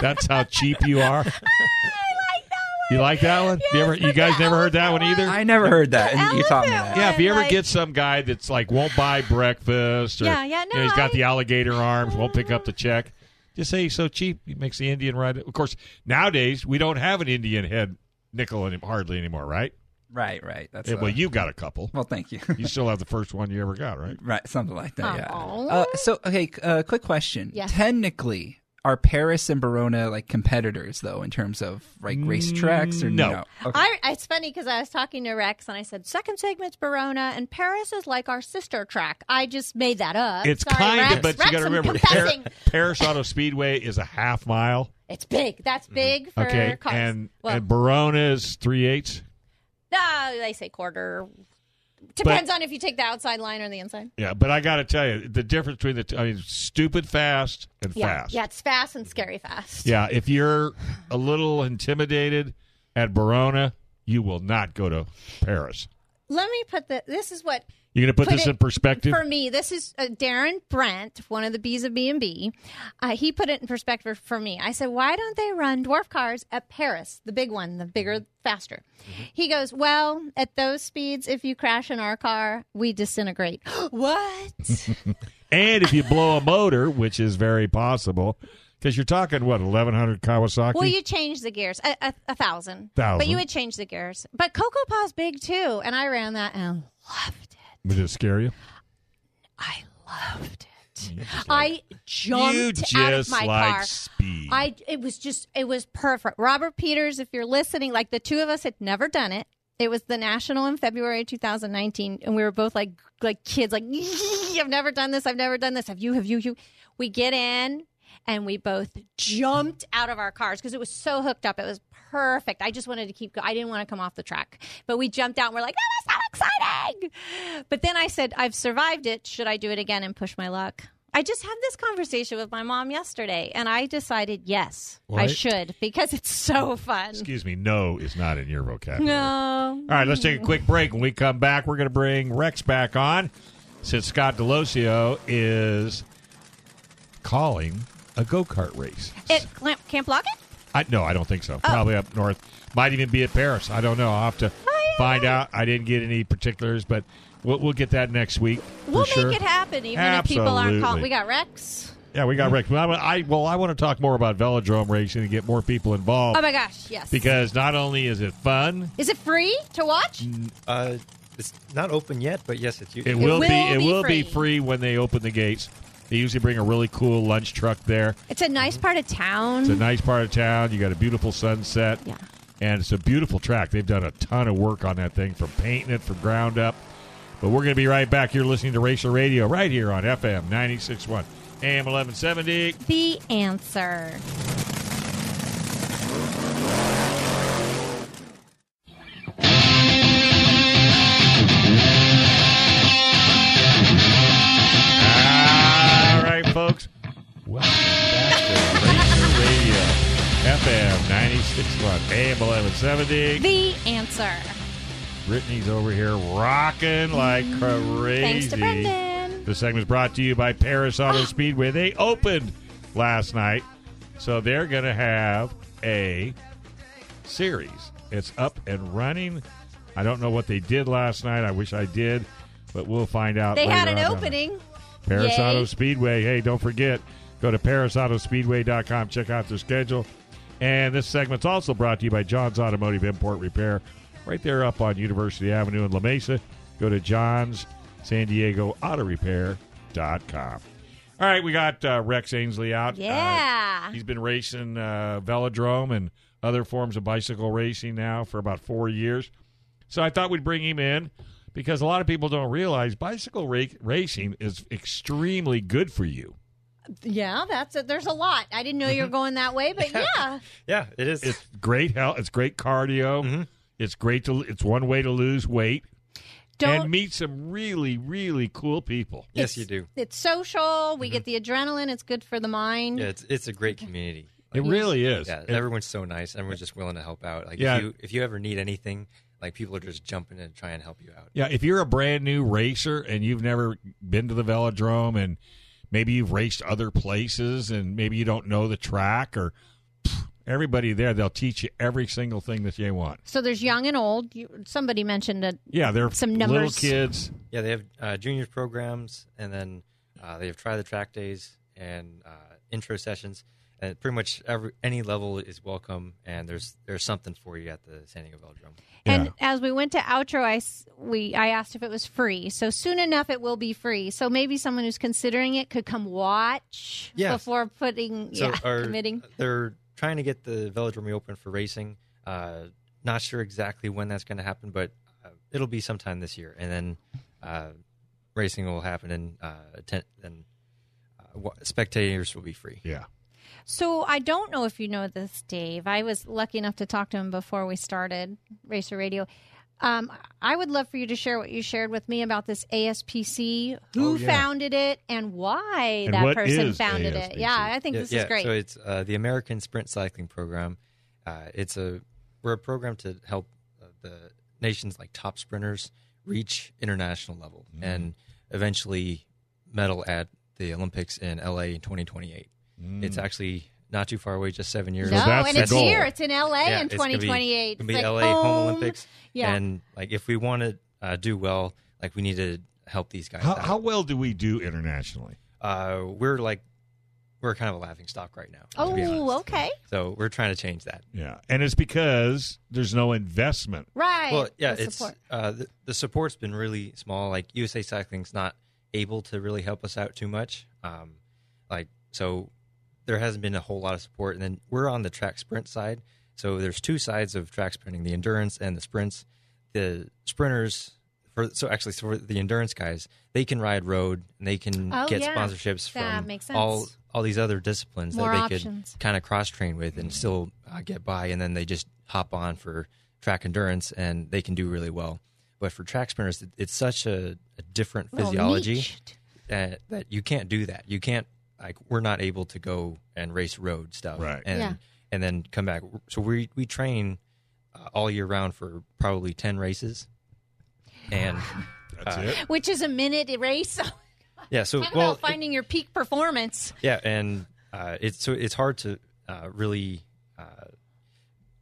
Speaker 4: that's how cheap you are.
Speaker 5: I like that one.
Speaker 4: You like that one? you ever, you guys never heard that one either?
Speaker 7: I never heard that, and you taught me
Speaker 5: elephant
Speaker 7: that.
Speaker 4: yeah, if you ever
Speaker 5: like-
Speaker 4: get some guy that's like won't buy breakfast, or
Speaker 5: Yeah, yeah,
Speaker 4: you know, he's
Speaker 5: no,
Speaker 4: got
Speaker 5: I-
Speaker 4: the alligator arms, won't pick up the check. Just say he's so cheap, he makes the Indian ride. Of course, nowadays we don't have an Indian head nickel any, hardly anymore, right?
Speaker 7: Right, right. That's
Speaker 4: Yeah,
Speaker 7: uh,
Speaker 4: well, you got a couple.
Speaker 7: Well, thank you.
Speaker 4: You still have the first one you ever got, right?
Speaker 7: right, something like that. Yeah.
Speaker 5: Aw.
Speaker 7: Uh, so, okay, c- uh, quick question.
Speaker 5: Yes.
Speaker 7: Technically, are Paris and Verona like competitors though in terms of like racetracks or
Speaker 4: no.
Speaker 7: no? Okay.
Speaker 5: I, it's funny because I was talking to Rex and I said, second segment's Verona and Paris is like our sister track. I just made that up.
Speaker 4: It's
Speaker 5: Sorry,
Speaker 4: kind
Speaker 5: Rex.
Speaker 4: of, but
Speaker 5: Rex,
Speaker 4: you got to
Speaker 5: I'm
Speaker 4: remember Par-
Speaker 5: confessing.
Speaker 4: Paris Auto Speedway is a half mile.
Speaker 5: it's big. That's big for
Speaker 4: Mm-hmm. Okay,
Speaker 5: cars.
Speaker 4: and
Speaker 5: well,
Speaker 4: and Barona is three eighths.
Speaker 5: no, they say quarter. Depends on if you take the outside line or the inside.
Speaker 4: Yeah, but I got to tell you the difference between the two. I mean, stupid fast and
Speaker 5: Yeah,
Speaker 4: fast.
Speaker 5: yeah, it's fast and scary fast.
Speaker 4: Yeah, if you're a little intimidated at Barona, you will not go to Paris.
Speaker 5: Let me put the. This is what
Speaker 4: You're going to put, this
Speaker 5: it-
Speaker 4: in perspective.
Speaker 5: for me. This is uh, Darren Brent, one of the bees of B and B. Uh, He put it in perspective for me. I said, "Why don't they run dwarf cars at Paris, the big one, the bigger,
Speaker 4: Mm-hmm.
Speaker 5: faster?" He goes, "Well, at those speeds, if you crash in our car, we disintegrate." what?
Speaker 4: and if you blow a motor, which is very possible, because you're talking, what, 1,100 Kawasaki?
Speaker 5: Well, you change the gears a, a, a thousand, but
Speaker 4: Thousand.
Speaker 5: you would change the gears. But Cocoa Paw's big too, and I ran that and loved it.
Speaker 4: Did it scare you?
Speaker 5: I loved it. I jumped
Speaker 4: you just
Speaker 5: out of my
Speaker 4: like
Speaker 5: car.
Speaker 4: speed.
Speaker 5: I it was just it was perfect. Robert Peters, if you're listening, like the two of us had never done it. It was the national in February 2019, and we were both like like kids, like I've never done this, I've never done this. Have you? Have you? You? We get in and we both jumped out of our cars because it was so hooked up. It was perfect. I just wanted to keep. go- I didn't want to come off the track, but we jumped out and we're like, "Oh, that's so exciting!" But then I said, "I've survived it. Should I do it again and push my luck?" I just had this conversation with my mom yesterday, and I decided yes, I
Speaker 4: What?
Speaker 5: should because it's so fun. Um,
Speaker 4: Excuse me, no is not in your vocabulary.
Speaker 5: No,
Speaker 4: All right, let's take a quick break. When we come back, we're going to bring Rex back on since Scott Delosio is calling a go kart race.
Speaker 5: it Oh. Clamp Camp Lockett.
Speaker 4: I, no, I don't think so. Probably up north. Might even be at Paris. I don't know. I'll have to find out. I didn't get any particulars, but we'll, we'll get that next week. for
Speaker 5: We'll
Speaker 4: sure.
Speaker 5: make it happen, even if people aren't
Speaker 4: Absolutely.
Speaker 5: calling. We got Rex.
Speaker 4: Yeah, we got Rex. Well, I, I- well, I want to talk more about velodrome racing and get more people involved
Speaker 5: Oh my gosh, yes.
Speaker 4: because not only is it fun,
Speaker 5: Is it free to watch?
Speaker 4: Mm.
Speaker 6: Uh, it's not open yet, but yes, it's.
Speaker 4: It will, be.
Speaker 5: will
Speaker 4: It
Speaker 5: be
Speaker 4: will be
Speaker 5: free.
Speaker 4: free when they open the gates. They usually bring a really cool lunch truck there.
Speaker 5: It's a nice part of town.
Speaker 4: Mm-hmm. It's a nice part of town. You got a beautiful sunset.
Speaker 5: Mm-hmm. Yeah.
Speaker 4: And it's a beautiful track. They've done a ton of work on that thing from painting it from ground up. But we're going to be right back. You're listening to Racial Radio right here on FM 96.1 AM 1170.
Speaker 5: the answer.
Speaker 4: All right, folks. Welcome back to Racial Radio. FM 96.1 AM 1170.
Speaker 5: The answer.
Speaker 4: Brittany's over here rocking like crazy.
Speaker 5: Thanks to Brendan. Ah.
Speaker 4: The segment's brought to you by Paris Auto Speedway. They opened last night, so they're going to have a series. It's up and running. I don't know what they did last night. I wish I did, but we'll find out.
Speaker 5: They
Speaker 4: later
Speaker 5: had an
Speaker 4: on down the-
Speaker 5: opening.
Speaker 6: Uh,
Speaker 4: Paris
Speaker 5: Yay.
Speaker 4: Auto Speedway. Hey, don't forget, go to parisautospeedway.com, check out their schedule. And this segment's also brought to you by John's Automotive Import Repair, right there up on University Avenue in La Mesa. Go to John's San Diego Auto Repair.com. All right, we got uh, Rex Ainsley out.
Speaker 5: Yeah.
Speaker 4: Uh, he's been racing uh, velodrome and other forms of bicycle racing now for about four years. So I thought we'd bring him in because a lot of people don't realize bicycle ra- racing is extremely good for you.
Speaker 5: yeah, that's it. There's a lot. I didn't know you
Speaker 6: Mm-hmm.
Speaker 5: were going that way, but yeah.
Speaker 6: Yeah, it is.
Speaker 4: It's great health. It's great cardio. It's great to. It's one way to lose weight and
Speaker 5: Don't
Speaker 4: meet some really really cool people.
Speaker 6: yes, you do.
Speaker 5: it's social. We get
Speaker 6: Mm-hmm.
Speaker 5: the adrenaline. It's good for the mind.
Speaker 6: Yeah, it's it's a great community.
Speaker 4: It really is.
Speaker 6: Yeah,
Speaker 4: It-
Speaker 6: everyone's so nice. Everyone's just willing to help out. Like
Speaker 4: Yeah.
Speaker 6: if you if you ever need anything, like people are just jumping in and trying to help you out.
Speaker 4: Yeah, if you're a brand new racer and you've never been to the velodrome and maybe you've raced other places and maybe you don't know the track or pff, Everybody there, they'll teach you every single thing that you want.
Speaker 5: So there's young and old. You, somebody mentioned it.
Speaker 4: Yeah, they're
Speaker 5: Some
Speaker 4: little
Speaker 5: numbers.
Speaker 4: kids.
Speaker 6: Yeah, they have uh, juniors programs, and then uh, they have try the track days and uh, intro sessions. And pretty much every any level is welcome, and there's there's something for you at the San Diego Velodrome.
Speaker 4: Yeah.
Speaker 5: And as we went to outro, I s- we I asked if it was free. So soon enough, it will be free. So maybe someone who's considering it could come watch
Speaker 6: Yes.
Speaker 5: before putting yeah
Speaker 6: our-
Speaker 5: committing.
Speaker 6: They're trying to get the velodrome reopened for racing. Uh, not sure exactly when that's going to happen, but uh, it'll be sometime this year, and then uh, racing will happen, and uh, atten- and uh, wa- spectators will be free.
Speaker 4: Yeah.
Speaker 5: So I don't know if you know this, Dave. I was lucky enough to talk to him before we started Racer Radio. Um, I would love for you to share what you shared with me about this ASPC, who
Speaker 4: Oh, yeah.
Speaker 5: founded it, and why
Speaker 4: And
Speaker 5: that
Speaker 4: what
Speaker 5: person
Speaker 4: is
Speaker 5: founded it.
Speaker 4: ASPC?
Speaker 5: Yeah, I think this
Speaker 6: yeah,
Speaker 5: is great.
Speaker 6: So it's uh, the American Sprint Cycling Program. Uh, it's a we're a program to help uh, the nation's like top sprinters reach international level
Speaker 4: Mm-hmm.
Speaker 6: and eventually medal at the Olympics in LA in 2028. It's actually not too far away, just seven years.
Speaker 5: no,
Speaker 4: Mm. that's
Speaker 5: and
Speaker 4: the
Speaker 5: it's
Speaker 4: goal.
Speaker 5: here. It's in LA
Speaker 6: Yeah,
Speaker 5: in
Speaker 6: it's gonna be-
Speaker 5: 2028.
Speaker 6: It's gonna be
Speaker 5: It's like oh,
Speaker 6: LA home Olympics.
Speaker 5: Yeah.
Speaker 6: and like if we want to uh, do well, like we need to help these guys.
Speaker 4: How,
Speaker 6: out.
Speaker 4: how well do we do internationally?
Speaker 6: uh, we're like we're kind of a laughing stock right now. to be
Speaker 5: Oh,
Speaker 6: honest.
Speaker 5: okay.
Speaker 6: So we're trying to change that.
Speaker 4: Yeah. And it's because there's no investment.
Speaker 5: Right.
Speaker 6: Well, yeah,
Speaker 5: The
Speaker 6: it's
Speaker 5: support.
Speaker 6: uh, the, the support's been really small. Like USA Cycling's not able to really help us out too much. Um, like so, there hasn't been a whole lot of support. And then we're on the track sprint side. So there's two sides of track sprinting: the endurance and the sprints. The sprinters, for so actually so for the endurance guys, they can ride road and they can
Speaker 5: Oh,
Speaker 6: get
Speaker 5: yeah.
Speaker 6: sponsorships
Speaker 5: That
Speaker 6: from
Speaker 5: makes
Speaker 6: all
Speaker 5: sense.
Speaker 6: all these other disciplines
Speaker 5: More
Speaker 6: that they
Speaker 5: options.
Speaker 6: could kind of cross train with and still uh, get by, and then they just hop on for track endurance and they can do really well. But for track sprinters, it, it's such a, a different
Speaker 5: Little
Speaker 6: physiology
Speaker 5: niche.
Speaker 6: that, that you can't do that. You can't like we're not able to go and race road stuff,
Speaker 4: Right.
Speaker 6: And
Speaker 5: Yeah.
Speaker 6: and then come back. So we we train uh, all year round for probably ten races, and
Speaker 4: That's it.
Speaker 5: Which is a minute race. So
Speaker 6: yeah. So
Speaker 5: talk
Speaker 6: well,
Speaker 5: about finding your peak performance.
Speaker 6: Yeah, and uh, it's so it's hard to uh, really uh,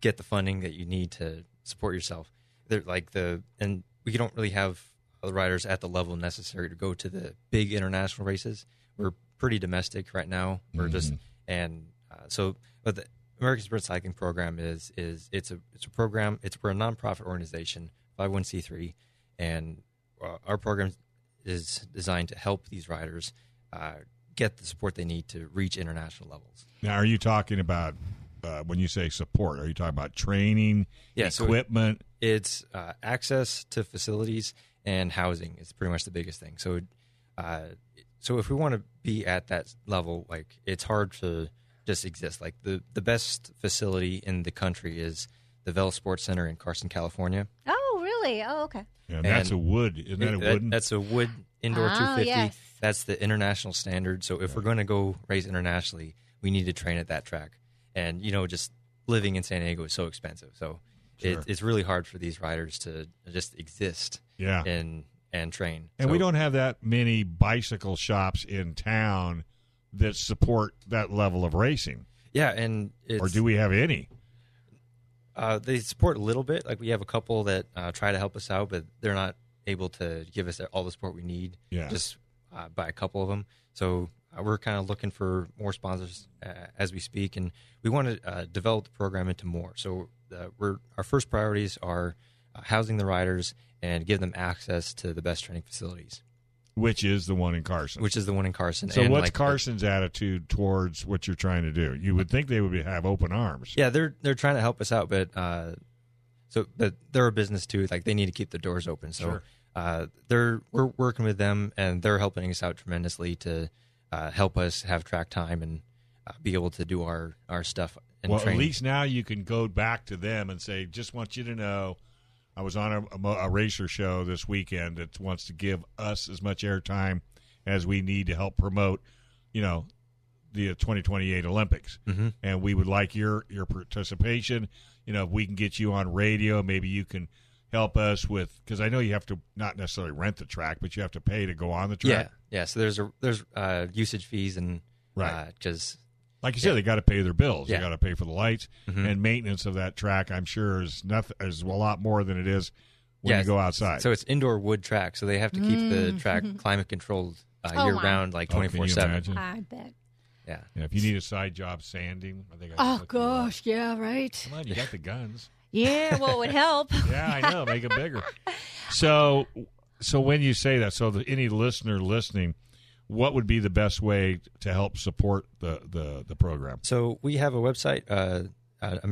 Speaker 6: get the funding that you need to support yourself. They're like the and we don't really have the riders at the level necessary to go to the big international races. We're pretty domestic right now. We're just and uh, so, but the American Sprint Cycling Program is is it's a it's a program. It's we're a nonprofit organization, five oh one c three, and uh, our program is designed to help these riders uh, get the support they need to reach international levels.
Speaker 4: Now, are you talking about uh, when you say support? Are you talking about training,
Speaker 6: Yeah, so-
Speaker 4: equipment?
Speaker 6: It's uh, access to facilities and housing is pretty much the biggest thing. So, uh, so if we want to be at that level, like it's hard to just exist. Like the the best facility in the country is the Vell Sports Center in Carson, California.
Speaker 5: Oh, really? Oh, okay.
Speaker 4: and, that's a
Speaker 6: and-
Speaker 4: wood. Isn't that a
Speaker 6: That-
Speaker 4: wooden?
Speaker 6: that's a wood indoor
Speaker 5: Ah,
Speaker 6: 250.
Speaker 5: yes.
Speaker 6: That's the international standard. So if we're going to go race internationally, we need to train at that track. And you know, just living in San Diego is so expensive. So
Speaker 4: Sure.
Speaker 6: it, it's really hard for these riders to just exist
Speaker 4: yeah.
Speaker 6: and and train.
Speaker 4: And we
Speaker 6: So-
Speaker 4: don't have that many bicycle shops in town that support that level of racing.
Speaker 6: Yeah, and it's,
Speaker 4: or do we have any?
Speaker 6: Uh, they support a little bit. Like we have a couple that uh, try to help us out, but they're not able to give us all the support we need.
Speaker 4: Yeah.
Speaker 6: Just uh, by a couple of them. So uh, we're kind of looking for more sponsors uh, as we speak, and we want to uh, develop the program into more. So uh, we're our first priorities are uh, housing the riders and give them access to the best training facilities,
Speaker 4: Which is the one in Carson?
Speaker 6: which is the one in Carson.
Speaker 4: so
Speaker 6: and,
Speaker 4: what's
Speaker 6: like, the-
Speaker 4: Carson's attitude towards what you're trying to do? You would think they would be, have open arms.
Speaker 6: Yeah, they're they're trying to help us out, but uh, so but they're a business too. Like they need to keep the doors open. So
Speaker 4: Sure.
Speaker 6: uh, they're we're working with them, and they're helping us out tremendously to uh, help us have track time and uh, be able to do our our stuff. And
Speaker 4: well,
Speaker 6: train.
Speaker 4: at least now you can go back to them and say, "Just want you to know, I was on a, a mo- a racer show this weekend that wants to give us as much airtime as we need to help promote, you know, the 2028 Olympics, mm-hmm. and we would like your your participation. You know, if we can get you on radio, maybe you can." Help us with because I know you have to not necessarily rent the track, but you have to pay to go on the track.
Speaker 6: yeah, yeah. So there's a there's uh, usage fees and
Speaker 4: Right.
Speaker 6: because
Speaker 4: Like you said, they got to pay their bills.
Speaker 6: Yeah. Mm-hmm.
Speaker 4: They got to pay for the lights and maintenance of that track. I'm sure is nothing is a lot more than it is when
Speaker 6: Yeah,
Speaker 4: you go outside. Oh,
Speaker 6: So it's indoor wood track, so they have to keep the track climate controlled uh,
Speaker 5: Mm. Oh,
Speaker 6: year
Speaker 5: wow.
Speaker 6: round, like
Speaker 4: Oh, can you
Speaker 6: twenty four seven.
Speaker 4: imagine?
Speaker 5: I bet.
Speaker 6: Yeah,
Speaker 4: Yeah, if you need a side job sanding, I think. I
Speaker 5: Oh
Speaker 4: looked you up.
Speaker 5: gosh, yeah, right.
Speaker 4: Come on, you got the guns.
Speaker 5: Yeah, well, it would help.
Speaker 4: Yeah, I know. Make it bigger. So, so when you say that, so the, any listener listening, what would be the best way to help support the the, the program?
Speaker 6: So we have a website, uh, E at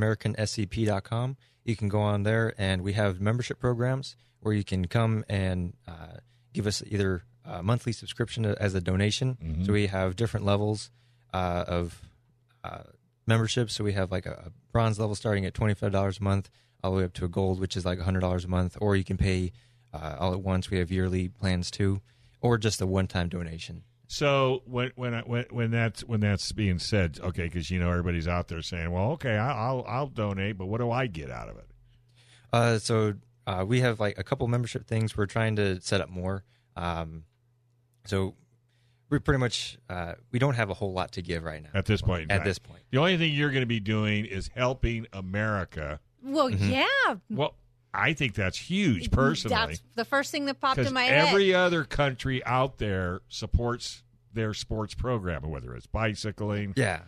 Speaker 6: AmericanSCP.com. You can go on there, and we have membership programs where you can come and uh, give us either a monthly subscription as a donation. So we have different levels uh, of uh, membership. So we have like a, a bronze level starting at twenty five dollars a month, all the way up to a gold, which is like hundred dollars a month, or you can pay uh, all at once. We have yearly plans too, or just a one time donation.
Speaker 4: So when when I, when when that's when that's being said, okay, because you know everybody's out there saying, well, okay, I, I'll I'll donate, but what do I get out of it?
Speaker 6: Uh, so uh, we have like a couple membership things. We're trying to set up more. Um, so we pretty much uh, we don't have a whole lot to give right now
Speaker 4: At this point in
Speaker 6: At
Speaker 4: time.
Speaker 6: this point,
Speaker 4: The only thing you're going to be doing is helping America.
Speaker 5: Well,
Speaker 6: Mm-hmm.
Speaker 5: yeah.
Speaker 4: Well, I think that's huge personally,
Speaker 5: Mm-hmm. That's the first thing that popped
Speaker 4: because
Speaker 5: in my
Speaker 4: every
Speaker 5: head.
Speaker 4: other country out there supports their sports program, whether it's bicycling.
Speaker 6: yeah,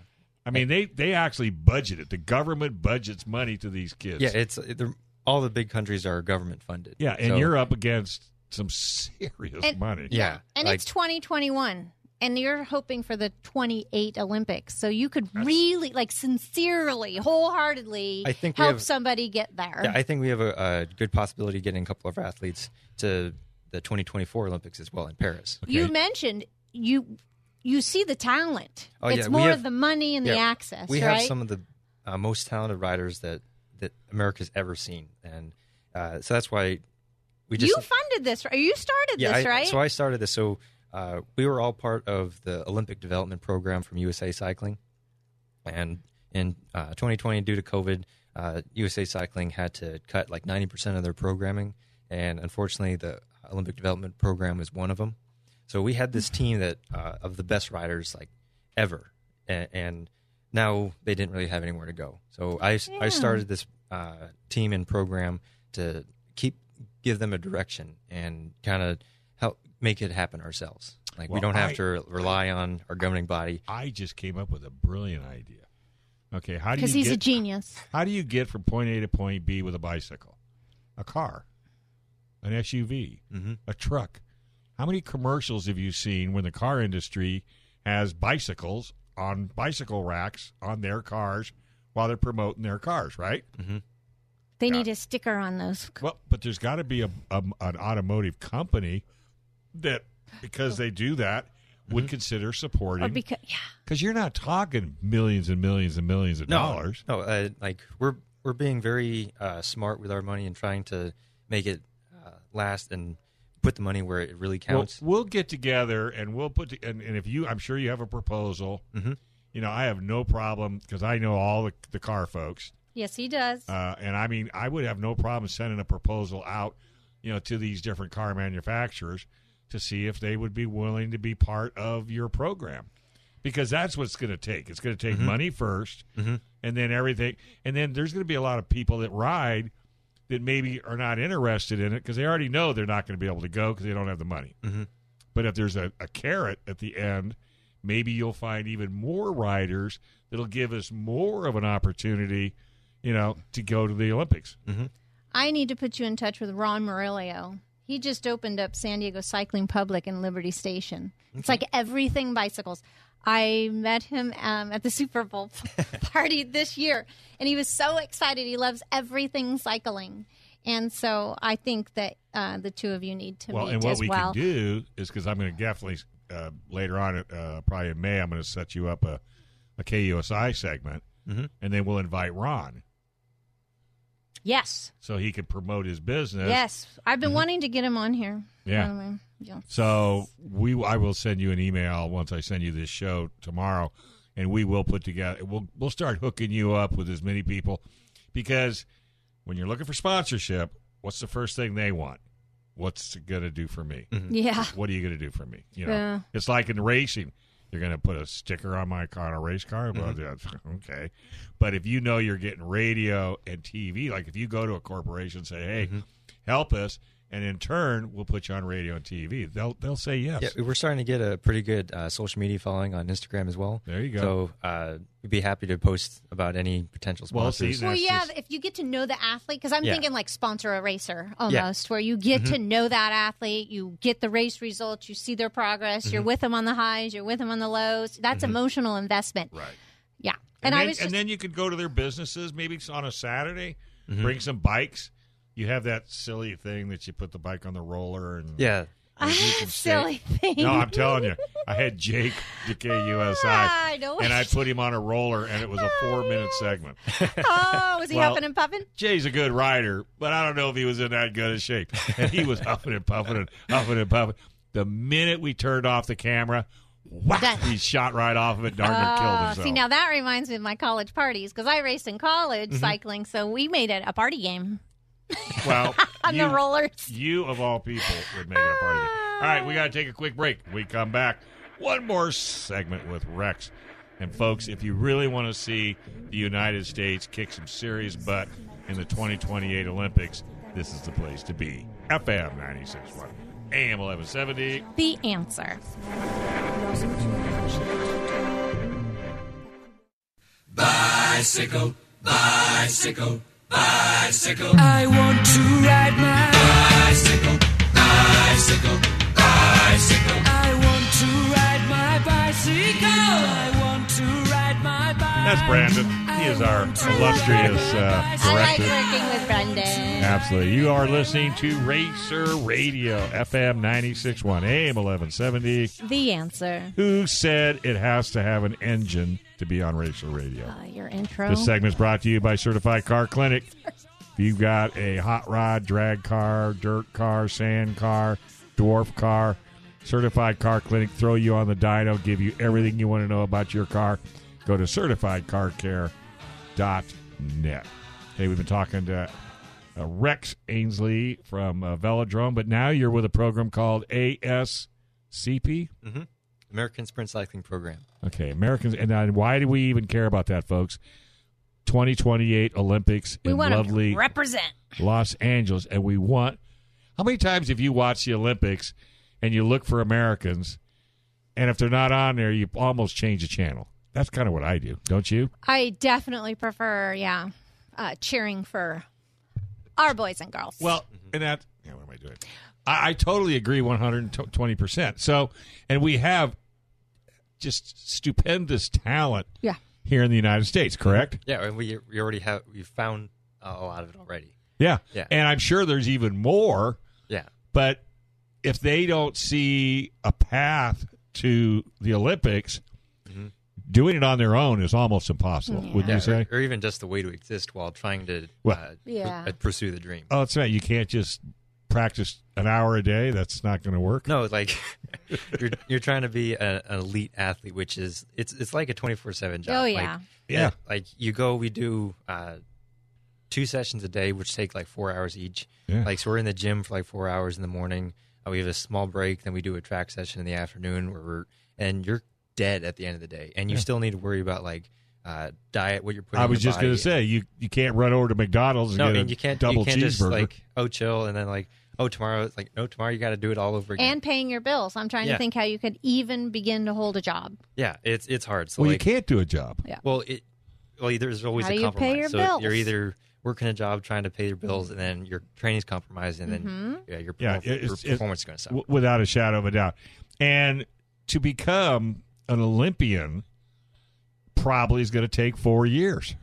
Speaker 4: I mean, they they actually budget it. The government budgets money to these kids.
Speaker 6: yeah. It's they're, all the big countries are government funded.
Speaker 4: yeah, and
Speaker 6: So-
Speaker 4: you're up against some serious
Speaker 5: And-
Speaker 4: money.
Speaker 6: yeah,
Speaker 5: And
Speaker 6: like,
Speaker 5: it's 2021. And you're hoping for the 28 Olympics. So you could really, like, sincerely, wholeheartedly
Speaker 6: I think we
Speaker 5: help
Speaker 6: have-
Speaker 5: somebody get there.
Speaker 6: yeah, I think we have a, a good possibility of getting a couple of athletes to the 2024 Olympics as well in Paris.
Speaker 5: You mentioned you you see the talent.
Speaker 6: Oh,
Speaker 5: it's
Speaker 6: yeah, we
Speaker 5: more
Speaker 6: have-
Speaker 5: the money and the
Speaker 6: Yeah,
Speaker 5: access,
Speaker 6: We
Speaker 5: right?
Speaker 6: have some of the uh, most talented riders that that America's ever seen, and uh, so that's why we just
Speaker 5: you funded this, right? You started
Speaker 6: yeah.
Speaker 5: this,
Speaker 6: I-
Speaker 5: right?
Speaker 6: So I started this. So uh, we were all part of the Olympic development program from USA Cycling, and in uh, 2020, due to COVID, uh, USA Cycling had to cut like 90 percent of their programming, and unfortunately, the Olympic development program is one of them. So we had this team that uh, of the best riders like ever, and, and now they didn't really have anywhere to go. So I I started this uh, team and program to keep give them a direction and kind of help make it happen ourselves. Like
Speaker 4: Well,
Speaker 6: we don't have
Speaker 4: I-
Speaker 6: to rely on our governing body.
Speaker 4: I just came up with a brilliant idea. Okay, how do you
Speaker 5: Because he's
Speaker 4: get,
Speaker 5: a genius.
Speaker 4: how do you get from point A to point B with a bicycle? A car, an SUV, a truck. How many commercials have you seen when the car industry has bicycles on bicycle racks on their cars while they're promoting their cars, right?
Speaker 5: They need a sticker on those.
Speaker 4: Well, but there's got to be a, a an automotive company that because they do that would consider
Speaker 5: Or
Speaker 4: supporting
Speaker 5: Oh, because, yeah.
Speaker 4: because you're not talking millions and millions and millions of dollars.
Speaker 6: No, uh, like we're we're being very uh, smart with our money and trying to make it uh, last and put the money where it really
Speaker 4: We'll,
Speaker 6: counts.
Speaker 4: we'll get together and we'll put to, and, and if you, I'm sure you have a proposal.
Speaker 6: Mm-hmm.
Speaker 4: You know, I have no problem because I know all the, the car folks,
Speaker 5: Yes, he does.
Speaker 4: uh, and I mean, I would have no problem sending a proposal out, you know, to these different car manufacturers to see if they would be willing to be part of your program, because that's what it's going to take. It's going to take money 1st and then everything, and then there's going to be a lot of people that ride that maybe are not interested in it because they already know they're not going to be able to go because they don't have the money. But if there's a, a carrot at the end, maybe you'll find even more riders that'll give us more of an opportunity, you know, to go to the Olympics.
Speaker 5: I need to put you in touch with Ron Murillo. He just opened up San Diego Cycling Public in Liberty Station. It's like everything bicycles. I met him um, at the Super Bowl party this year, and he was so excited. He loves everything cycling, and so I think that uh, the two of you need to
Speaker 4: well,
Speaker 5: meet
Speaker 4: and what
Speaker 5: as
Speaker 4: we
Speaker 5: well.
Speaker 4: can do is because I'm going to definitely uh, later on, uh, probably in May, I'm going to set you up a, a KUSI segment,
Speaker 5: Mm-hmm.
Speaker 4: and then we'll invite Ron
Speaker 5: yes,
Speaker 4: so he can promote his business.
Speaker 5: yes, I've been wanting to get him on here.
Speaker 4: Mm-hmm. Yeah.
Speaker 5: Um, yeah.
Speaker 4: So we, I will send you an email once I send you this show tomorrow, and we will put together. We'll we'll start hooking you up with as many people, because when you're looking for sponsorship, what's the first thing they want? What's it gonna do for me?
Speaker 5: yeah.
Speaker 4: Mm. What are you gonna do for me? You know,
Speaker 5: Yeah.
Speaker 4: it's like in racing. You're going to put a sticker on my car, on a race car? Well,
Speaker 6: Mm-hmm.
Speaker 4: that's okay. But if you know you're getting radio and TV, like if you go to a corporation and say, hey,
Speaker 6: Mm-hmm.
Speaker 4: help us, and in turn, we'll put you on radio and TV, they'll they'll say yes.
Speaker 6: Yeah, we're starting to get a pretty good uh, social media following on Instagram as well.
Speaker 4: There you go.
Speaker 6: So uh, we'd be happy to post about any potential
Speaker 4: Well, see,
Speaker 6: sponsors.
Speaker 4: that-
Speaker 5: well,
Speaker 4: That's
Speaker 5: yeah,
Speaker 4: just-
Speaker 5: if you get to know the athlete, because I'm
Speaker 6: Yeah.
Speaker 5: thinking like sponsor a racer almost, where you get
Speaker 4: Mm-hmm.
Speaker 5: to know that athlete, you get the race results, you see their progress,
Speaker 4: Mm-hmm.
Speaker 5: you're with them on the highs, you're with them on the lows. That's emotional investment.
Speaker 4: Right.
Speaker 5: Yeah.
Speaker 4: And,
Speaker 5: And,
Speaker 4: then,
Speaker 5: I was just,
Speaker 4: and then you could go to their businesses, maybe it's on a Saturday,
Speaker 6: Mm-hmm.
Speaker 4: bring some bikes. You have that silly thing that you put the bike on the roller and
Speaker 6: yeah.
Speaker 4: and you can stay-
Speaker 5: silly thing.
Speaker 4: No, I'm telling you, I had Jake DKUSI,
Speaker 5: I know.
Speaker 4: and I put him on a roller, and it was a four minute segment.
Speaker 5: oh, was he
Speaker 4: Well-
Speaker 5: huffing and puffing?
Speaker 4: Jay's a good rider, but I don't know if he was in that good a shape. And he was huffing and puffing and huffing and puffing. The minute we turned off the camera, whack,
Speaker 5: That-
Speaker 4: he shot right off of it, darn near killed
Speaker 5: Oh,
Speaker 4: himself.
Speaker 5: see, now that reminds me of my college parties because I raced in college
Speaker 4: Mm-hmm.
Speaker 5: cycling, so we made it a party game
Speaker 4: well,
Speaker 5: on the
Speaker 4: you-
Speaker 5: rollers.
Speaker 4: You, of all people, would make it a party. All right, we got to take a quick break. We come back. One more segment with Rex. And, folks, if you really want to see the United States kick some serious butt in the 2028 Olympics, this is the place to be. FM 961, AM 1170.
Speaker 5: The answer.
Speaker 8: I want to ride my bicycle, bicycle, bicycle. I want to ride my bicycle. I want to ride my bicycle.
Speaker 4: That's Brandon. He is our illustrious uh,
Speaker 5: I like
Speaker 4: director.
Speaker 5: working with Brendan.
Speaker 4: Absolutely. You are listening to Racer Radio, FM 961, AM 1170.
Speaker 5: The answer.
Speaker 4: Who said it has to have an engine to be on racer radio?
Speaker 5: Uh, your intro.
Speaker 4: This segment's brought to you by Certified Car Clinic. If you've got a hot rod, drag car, dirt car, sand car, dwarf car, Certified Car Clinic, throw you on the dyno, give you everything you want to know about your car. Go to certifiedcarcare.net. Hey, we've been talking to uh, Rex Ainsley from uh, Velodrome, but now you're with a program called ASCP.
Speaker 6: American Sprint Cycling Program.
Speaker 4: Okay, Americans, and then why do we even care about that, folks? 2028 Olympics
Speaker 5: we
Speaker 4: in
Speaker 5: want
Speaker 4: lovely
Speaker 5: to represent.
Speaker 4: Los Angeles, and we want. How many times have you watched the Olympics and you look for Americans, and if they're not on there, you almost change the channel? That's kind of what I do, don't you?
Speaker 5: I definitely prefer, yeah, uh, cheering for our boys and girls.
Speaker 4: Well, and that. Yeah, what am I doing? I, I totally agree, one hundred and twenty percent. So, and we have just stupendous talent
Speaker 5: yeah.
Speaker 4: here in the United States, correct?
Speaker 6: Yeah, and we we already have we've found uh, a lot of it already.
Speaker 4: Yeah.
Speaker 6: Yeah.
Speaker 4: And I'm sure there's even more,
Speaker 6: Yeah.
Speaker 4: but if they don't see a path to the Olympics, doing it on their own is almost impossible, wouldn't
Speaker 6: Yeah,
Speaker 4: you say?
Speaker 6: Or, or even just the way to exist while trying to
Speaker 4: Well-
Speaker 6: uh,
Speaker 5: Yeah.
Speaker 6: pr- uh, pursue the dream.
Speaker 4: Oh, that's right. You can't just practice an hour a day. That's not going to work.
Speaker 6: No, like you're you're trying to be a, an elite athlete, which is it's it's like a twenty four seven job.
Speaker 5: Oh,
Speaker 6: Like,
Speaker 5: yeah.
Speaker 4: Yeah.
Speaker 6: like you go, we do uh, two sessions a day, which take like four hours each.
Speaker 4: Yeah.
Speaker 6: Like so, we're in the gym for like four hours in the morning. Uh, we have a small break, then we do a track session in the afternoon where we're and you're dead at the end of the day, and you still need to worry about like uh, diet, what you're putting.
Speaker 4: I
Speaker 6: in
Speaker 4: was
Speaker 6: your
Speaker 4: just going to
Speaker 6: body.
Speaker 4: say you you can't run over to McDonald's and
Speaker 6: No,
Speaker 4: get a
Speaker 6: and you can't
Speaker 4: double
Speaker 6: you can't
Speaker 4: cheeseburger.
Speaker 6: just like oh chill and then like oh tomorrow it's like no tomorrow you got to do it all over again.
Speaker 5: And paying your bills. I'm trying
Speaker 6: Yeah.
Speaker 5: to think how you could even begin to hold a job.
Speaker 6: yeah, it's it's hard. So
Speaker 4: well, you
Speaker 6: like,
Speaker 4: can't do a job.
Speaker 5: Yeah.
Speaker 6: well it well there's always
Speaker 5: How
Speaker 6: a
Speaker 5: do you pay
Speaker 6: compromise.
Speaker 5: your
Speaker 6: so
Speaker 5: bills?
Speaker 6: you're either working a job trying to pay your bills and then your training's compromised and then
Speaker 5: Mm-hmm.
Speaker 6: yeah your,
Speaker 4: Yeah,
Speaker 6: perform-
Speaker 4: it-
Speaker 6: your
Speaker 4: it's- it-
Speaker 6: performance is going to suck.
Speaker 4: w- without a shadow of a doubt. And to become an Olympian probably is going to take four years.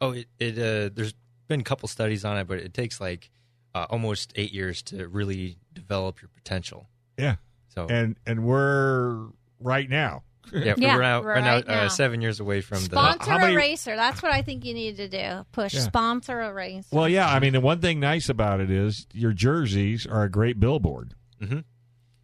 Speaker 6: oh, it, it uh, there's been a couple studies on it, but it takes like uh, almost eight years to really develop your potential.
Speaker 4: Yeah,
Speaker 6: So
Speaker 4: and and we're right now.
Speaker 6: yeah,
Speaker 5: Yeah,
Speaker 6: we're out, right
Speaker 5: right
Speaker 6: now,
Speaker 5: now.
Speaker 6: Uh, seven years away from the
Speaker 5: Sponsor
Speaker 4: uh, how many-
Speaker 5: a racer. That's what I think you need to do. Push
Speaker 4: Yeah.
Speaker 5: sponsor a racer.
Speaker 4: Well, yeah. I mean, the one thing nice about it is your jerseys are a great billboard.
Speaker 6: Mhm.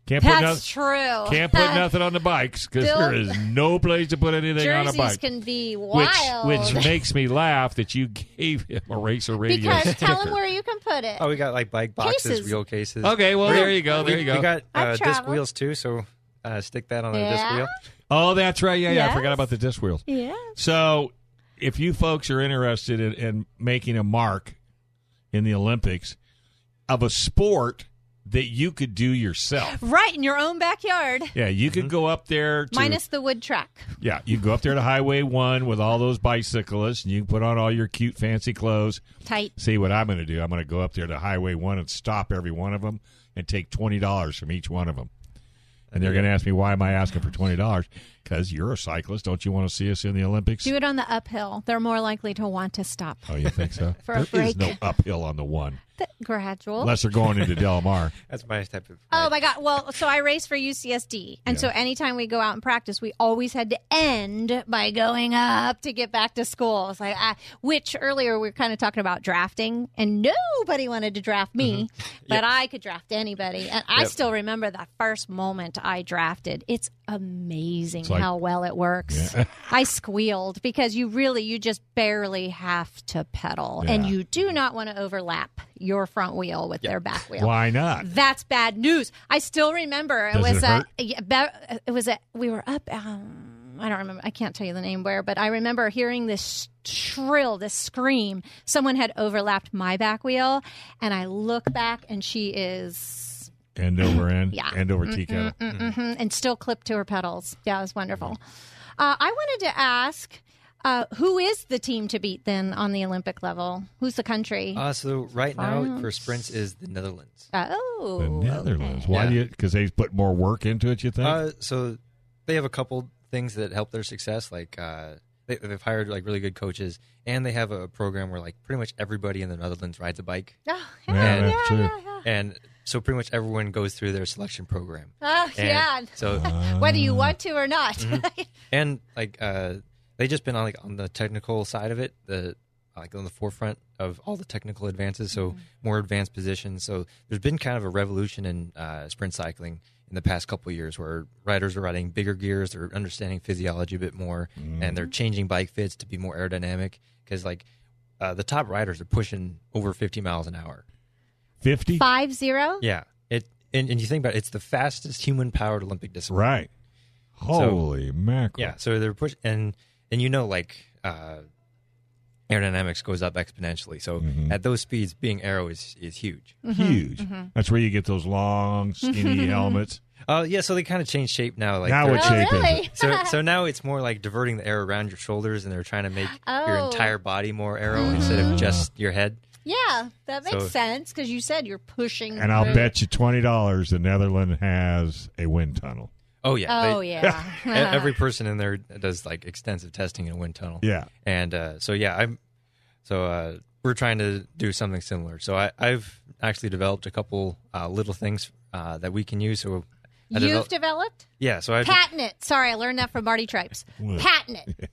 Speaker 4: Can't put nothing.
Speaker 5: That's true.
Speaker 4: Can't put nothing on the bikes because
Speaker 5: Bill-
Speaker 4: there is no place to put anything on a
Speaker 5: Jerseys
Speaker 4: bike.
Speaker 5: can be
Speaker 4: which
Speaker 5: wild.
Speaker 4: which makes me laugh that you gave him a racer radio
Speaker 5: because
Speaker 4: sticker.
Speaker 5: tell them where you can put it.
Speaker 6: oh we got like bike boxes,
Speaker 5: Cases.
Speaker 6: wheel cases.
Speaker 4: okay, well Oh, there you go,
Speaker 6: We-
Speaker 4: there you go.
Speaker 6: We got
Speaker 5: I've
Speaker 6: uh, disc
Speaker 5: traveled.
Speaker 6: wheels too, so uh, stick that on a disc
Speaker 5: Yeah.
Speaker 6: wheel.
Speaker 4: Oh, that's right. Yeah, yeah. I forgot
Speaker 5: Yes.
Speaker 4: about the disc wheels.
Speaker 5: Yeah.
Speaker 4: So, if you folks are interested in, in making a mark in the Olympics of a sport that you could do yourself,
Speaker 5: Right in your own backyard,
Speaker 4: yeah, you could go up there. To,
Speaker 5: minus the wood track.
Speaker 4: yeah, you go up there to Highway One with all those bicyclists, and you can put on all your cute, fancy clothes.
Speaker 5: Tight.
Speaker 4: See what I'm going to do? I'm going to go up there to Highway One and stop every one of them and take twenty dollars from each one of them. And they're going to ask me why am I asking for twenty dollars? Because you're a cyclist. Don't you want to see us in the Olympics?
Speaker 5: Do it on the uphill. They're more likely to want to stop.
Speaker 4: Oh, you think so?
Speaker 5: For
Speaker 4: There
Speaker 5: a
Speaker 4: is
Speaker 5: break. Oh.
Speaker 4: no uphill on the one,
Speaker 5: The gradual.
Speaker 4: unless they're going into Del Mar.
Speaker 6: That's my type of.
Speaker 5: Oh my God. Well, so I race for UCSD. And so anytime we go out and practice, we always had to end by going up to get back to school. It's like, I, which earlier we were kind of talking about drafting, and nobody wanted to draft me,
Speaker 4: Mm-hmm.
Speaker 5: but I could draft anybody. And I still remember that first moment I drafted. It's amazing
Speaker 4: like-
Speaker 5: how well it works. I squealed because you really, you just barely have to pedal, and
Speaker 4: Yeah. Mm-hmm.
Speaker 5: you do not want to overlap your front wheel with their back wheel.
Speaker 4: Why not?
Speaker 5: That's bad news. I still remember it
Speaker 4: Does it
Speaker 5: was
Speaker 4: hurt?
Speaker 5: a yeah, ba- it was a we were up um, I don't remember I can't tell you the name where but I remember hearing this shrill this scream someone had overlapped my back wheel and I look back and she is
Speaker 4: End over end.
Speaker 5: Yeah.
Speaker 4: End over tea kettle.
Speaker 5: mhm, and still clipped to her pedals. Yeah, it was wonderful. Uh, I wanted to ask uh, who is the team to beat then on the Olympic level? Who's the country?
Speaker 6: Uh, so right now for sprints is the Netherlands.
Speaker 5: oh.
Speaker 4: The Netherlands. Why
Speaker 6: Yeah.
Speaker 4: do you? Because they put more work into it. You think?
Speaker 6: Uh, so they have a couple things that help their success. Like uh, they, they've hired like really good coaches, and they have a program where like pretty much everybody in the Netherlands rides a bike,
Speaker 5: Oh,
Speaker 4: yeah,
Speaker 6: and-
Speaker 4: that's true.
Speaker 6: and so pretty much everyone goes through their selection program.
Speaker 5: Oh,
Speaker 6: And
Speaker 5: yeah.
Speaker 6: So
Speaker 5: Whether you want to or not.
Speaker 6: Mm-hmm. and like uh, they just been on like on the technical side of it, the like on the forefront of all the technical advances. So more advanced positions. So there's been kind of a revolution in uh, sprint cycling in the past couple of years, where riders are riding bigger gears, they're understanding physiology a bit more, and they're changing bike fits to be more aerodynamic. Because like uh, the top riders are pushing over 50 miles an hour.
Speaker 4: Fifty.
Speaker 5: Five zero?
Speaker 6: Yeah. It and, and you think about it, it's the fastest human powered Olympic discipline.
Speaker 4: Right. Holy mackerel!
Speaker 6: Yeah, so they're push and and you know like uh, aerodynamics goes up exponentially. So
Speaker 4: Mm-hmm.
Speaker 6: at those speeds, being aero is is huge.
Speaker 5: Mm-hmm,
Speaker 4: Huge. That's where you get those long, skinny helmets.
Speaker 5: Mm-hmm.
Speaker 6: uh, yeah, so they kind of change shape now. Like
Speaker 4: now
Speaker 6: they're-
Speaker 4: what shape is it?
Speaker 5: Oh, really?
Speaker 6: so so now it's more like diverting the air around your shoulders, and they're trying to make your
Speaker 5: Oh. Mm-hmm.
Speaker 6: entire body more aero instead of just your head.
Speaker 5: Yeah, that makes
Speaker 6: So-
Speaker 5: sense because you said you're pushing.
Speaker 4: And I'll
Speaker 5: through.
Speaker 4: bet you twenty dollars the Netherlands has a wind tunnel.
Speaker 6: Oh yeah.
Speaker 5: Oh
Speaker 6: they- e-
Speaker 5: yeah.
Speaker 6: Every person in there does like extensive testing in a wind tunnel.
Speaker 4: Yeah.
Speaker 6: and uh, so yeah i'm so uh, we're trying to do something similar so I, i've actually developed a couple uh, little things uh, that we can use so I
Speaker 5: You've
Speaker 6: develop-
Speaker 5: developed
Speaker 6: yeah so i
Speaker 5: patent it. Sorry, I learned that from Marty Tripes.
Speaker 4: What?
Speaker 5: Patent it.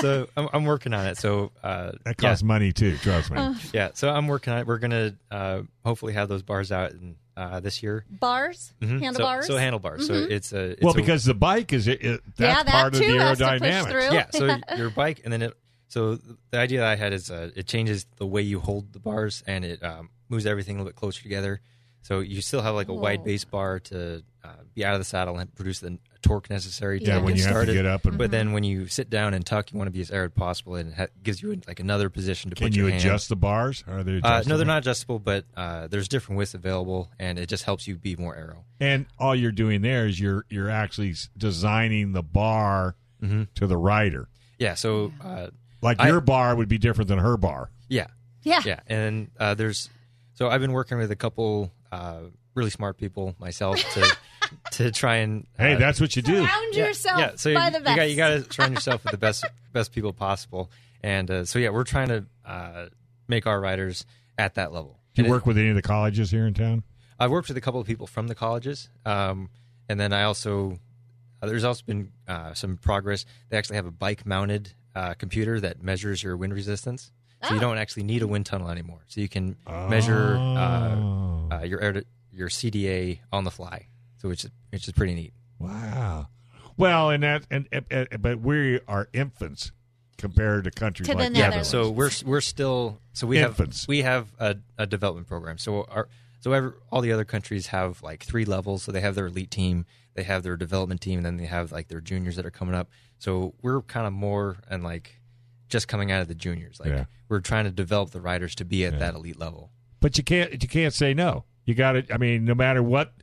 Speaker 6: so I'm, I'm working on it so uh,
Speaker 4: That costs money too. Trust
Speaker 5: Uh,
Speaker 4: me.
Speaker 6: yeah, yeah so i'm working on it we're gonna uh, hopefully have those bars out in, uh, this year
Speaker 5: Bars,
Speaker 6: Mhm. So-
Speaker 5: handlebars.
Speaker 6: so, handlebars so it's a it's
Speaker 4: well,
Speaker 6: a-
Speaker 4: because the bike is it, it- that's
Speaker 5: yeah, that
Speaker 4: part
Speaker 5: too
Speaker 4: of the
Speaker 5: has to push
Speaker 4: aerodynamics.
Speaker 5: through.
Speaker 6: yeah so your bike and then it so the idea that i had is uh, it changes the way you hold the bars and it um, moves everything a little bit closer together so you still have like a wide base bar to uh, be out of the saddle and produce the torque necessary to
Speaker 4: Yeah, when
Speaker 6: get
Speaker 4: you have to
Speaker 6: started.
Speaker 4: get up and- Mm-hmm.
Speaker 6: but then when you sit down and tuck you want to be as arid possible and it ha- gives you like another position to
Speaker 4: Can
Speaker 6: put
Speaker 4: you
Speaker 6: your hand.
Speaker 4: adjust the bars? Are they
Speaker 6: uh, no
Speaker 4: adjustable?
Speaker 6: they're not adjustable but uh, there's different widths available and it just helps you be more arrow
Speaker 4: And all you're doing there is you're you're actually s- designing the bar to the rider.
Speaker 6: yeah so uh,
Speaker 4: Like
Speaker 6: Mm-hmm. I-
Speaker 4: your bar would be different than her bar.
Speaker 6: yeah
Speaker 5: yeah.
Speaker 6: yeah and uh, there's so i've been working with a couple uh, really smart people myself to to try and uh,
Speaker 4: Hey, that's what you do.
Speaker 5: Surround
Speaker 6: yeah,
Speaker 5: yourself
Speaker 6: yeah so
Speaker 5: by
Speaker 6: you,
Speaker 5: the best.
Speaker 6: you got you got to surround yourself with the best best people possible and uh, so yeah we're trying to uh, make our riders at that level
Speaker 4: Do
Speaker 6: And
Speaker 4: you
Speaker 6: it-
Speaker 4: work with any of the colleges here in town?
Speaker 6: i've worked with a couple of people from the colleges um, and then i also uh, there's also been uh, some progress they actually have a bike mounted uh, computer that measures your wind resistance so you don't actually need a wind tunnel anymore so you can measure uh,
Speaker 4: Oh,
Speaker 6: uh, your air- your CDA on the fly, so which is which is pretty neat.
Speaker 4: wow. Well, and that and, and, and- but we are infants compared to countries
Speaker 5: To the
Speaker 4: like
Speaker 5: Yeah, Netherlands.
Speaker 6: so we're we're still so we
Speaker 4: Infants.
Speaker 6: have we have a, a development program. So our so every, all the other countries have like three levels. So they have their elite team, They have their development team, and then they have like their juniors that are coming up. So we're kind of more and like just coming out of the juniors. Like
Speaker 4: Yeah.
Speaker 6: we're trying to develop the riders to be at that elite level.
Speaker 4: But you can't you can't say no. You got to. I mean, no matter what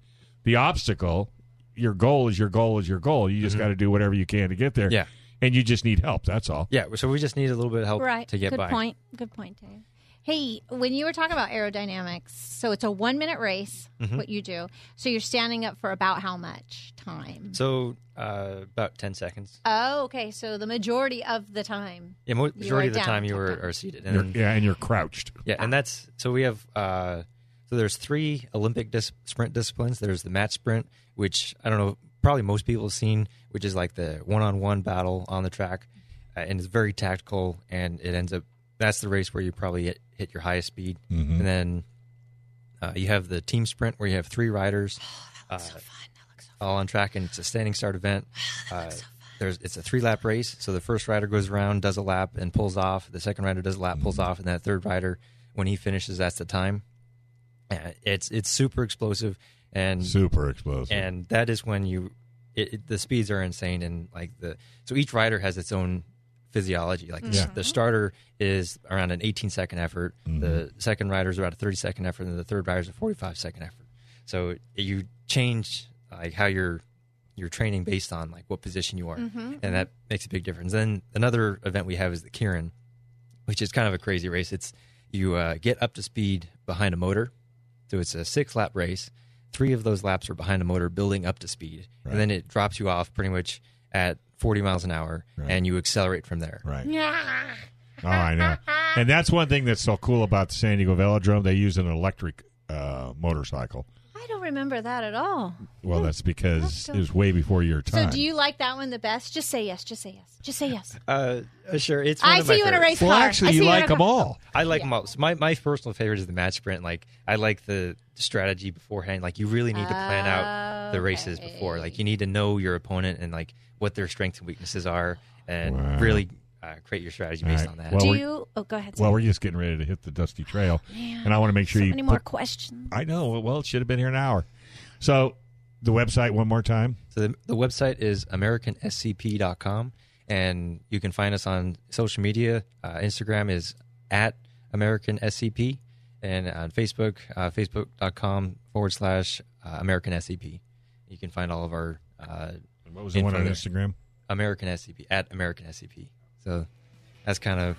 Speaker 4: the obstacle, your goal is your goal is your goal. You just got to do whatever you can to get there.
Speaker 6: Mm-hmm. Yeah.
Speaker 4: and you just need help. That's all.
Speaker 6: Yeah. So we just need a little bit of help
Speaker 5: right.
Speaker 6: to get
Speaker 5: Good
Speaker 6: by.
Speaker 5: point. Good point, Dave. Hey, when you were talking about aerodynamics, so it's a one minute race,
Speaker 6: Mm-hmm.
Speaker 5: what you do. So you're standing up for about how much time?
Speaker 6: So uh, about ten seconds.
Speaker 5: oh, okay. So the majority of the time.
Speaker 6: Yeah, mo- majority of the
Speaker 5: down,
Speaker 6: time you
Speaker 5: top
Speaker 6: are,
Speaker 5: down.
Speaker 6: are seated. And
Speaker 4: You're,
Speaker 6: then-
Speaker 4: yeah, and you're crouched.
Speaker 6: Yeah, and that's so we have uh, so there's three Olympic dis- sprint disciplines. There's the match sprint, which I don't know, probably most people have seen, which is like the one-on-one battle on the track, uh, and it's very tactical, and it ends up that's the race where you probably hit, hit your highest speed, and then uh, you have the team sprint where you have three riders. uh, all on track, and it's a standing start event. Uh, there's it's a three lap race, so the first rider goes around, does a lap, and pulls off. The second rider does a lap, pulls off, and that third rider, when he finishes, that's the time. Uh, it's it's super explosive, and
Speaker 4: Super explosive.
Speaker 6: and that is when you it, it- the speeds are insane and like the so each rider has its own physiology like the, the starter is around an 18 second effort the second rider is about a 30 second effort and the third rider is a 45 second effort so you change like how you're you're training based on like what position you are and that makes a big difference then another event we have is the kieran which is kind of a crazy race. It's you uh, get up to speed behind a motor, so it's a six lap race. Three of those laps are behind a motor, building up to speed, and then it drops you off pretty much at 40 miles an hour, and you accelerate from there.
Speaker 4: Right. Yeah. Oh, I know. And that's one thing that's so cool about the San Diego Velodrome. They use an electric uh, motorcycle.
Speaker 5: I don't remember that at all.
Speaker 4: Well, that's because it was way before your
Speaker 5: So
Speaker 4: time.
Speaker 5: do you like that one the best? Just say yes. Just say yes. Just say yes.
Speaker 6: Uh, sure, it's.
Speaker 5: I see you in a race
Speaker 4: well,
Speaker 5: car. I
Speaker 4: actually,
Speaker 5: see
Speaker 4: you
Speaker 5: in a
Speaker 4: like
Speaker 5: car.
Speaker 4: them all.
Speaker 6: I like them all. So my, my personal favorite is the match sprint. Like I like the strategy beforehand. Like you really need to plan
Speaker 5: Ah,
Speaker 6: out the races before. Like you need to know your opponent and like what their strengths and weaknesses are, and
Speaker 4: Wow.
Speaker 6: really uh, create your strategy
Speaker 4: All
Speaker 6: based
Speaker 4: right.
Speaker 6: on that.
Speaker 4: Well,
Speaker 5: Do
Speaker 4: we-
Speaker 5: you? Oh, go ahead.
Speaker 4: Well, we're just getting ready to hit the dusty trail, and I want to make sure
Speaker 5: Oh, so
Speaker 4: you
Speaker 5: many more questions.
Speaker 4: I know. Well, it should have been here an hour. So the website one more time.
Speaker 6: So the, the website is americanscp.com, and you can find us on social media. Uh, Instagram is at americanscp, and on Facebook, uh, facebook.com forward slash uh, americanscp. You can find all of our uh,
Speaker 4: What was the one
Speaker 6: Info
Speaker 4: on
Speaker 6: there.
Speaker 4: Instagram?
Speaker 6: American SCP at American SCP. So that's kind of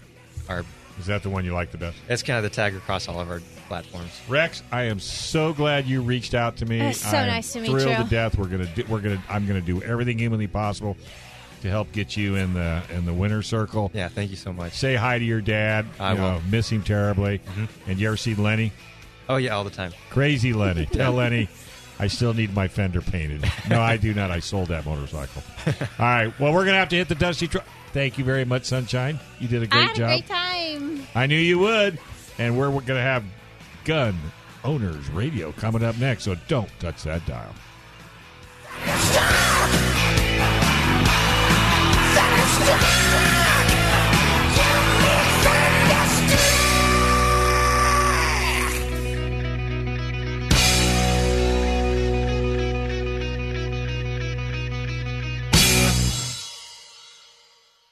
Speaker 6: our
Speaker 4: Is that the one you like the best?
Speaker 6: that's kind of the tag across all of our platforms.
Speaker 4: Rex, I am so glad you reached out to me.
Speaker 5: It was so
Speaker 4: I am
Speaker 5: nice to meet
Speaker 4: thrilled
Speaker 5: you.
Speaker 4: to death. We're gonna do, we're gonna I'm gonna do everything humanly possible to help get you in the in the winner's circle.
Speaker 6: Yeah, thank you so much.
Speaker 4: Say hi to your dad.
Speaker 6: I
Speaker 4: you know,
Speaker 6: will. Mm-hmm.
Speaker 4: miss him terribly. And you ever see Lenny?
Speaker 6: Oh yeah, all the time.
Speaker 4: Crazy Lenny. Tell Lenny I still need my fender painted. No, I do not. I sold that motorcycle. All right. Well, we're going to have to hit the dusty truck. Thank you very much, Sunshine. You did a
Speaker 5: I
Speaker 4: great
Speaker 5: had
Speaker 4: job.
Speaker 5: a great time.
Speaker 4: I knew you would. And we're, we're going to have Gun Owners Radio coming up next, so don't touch that dial.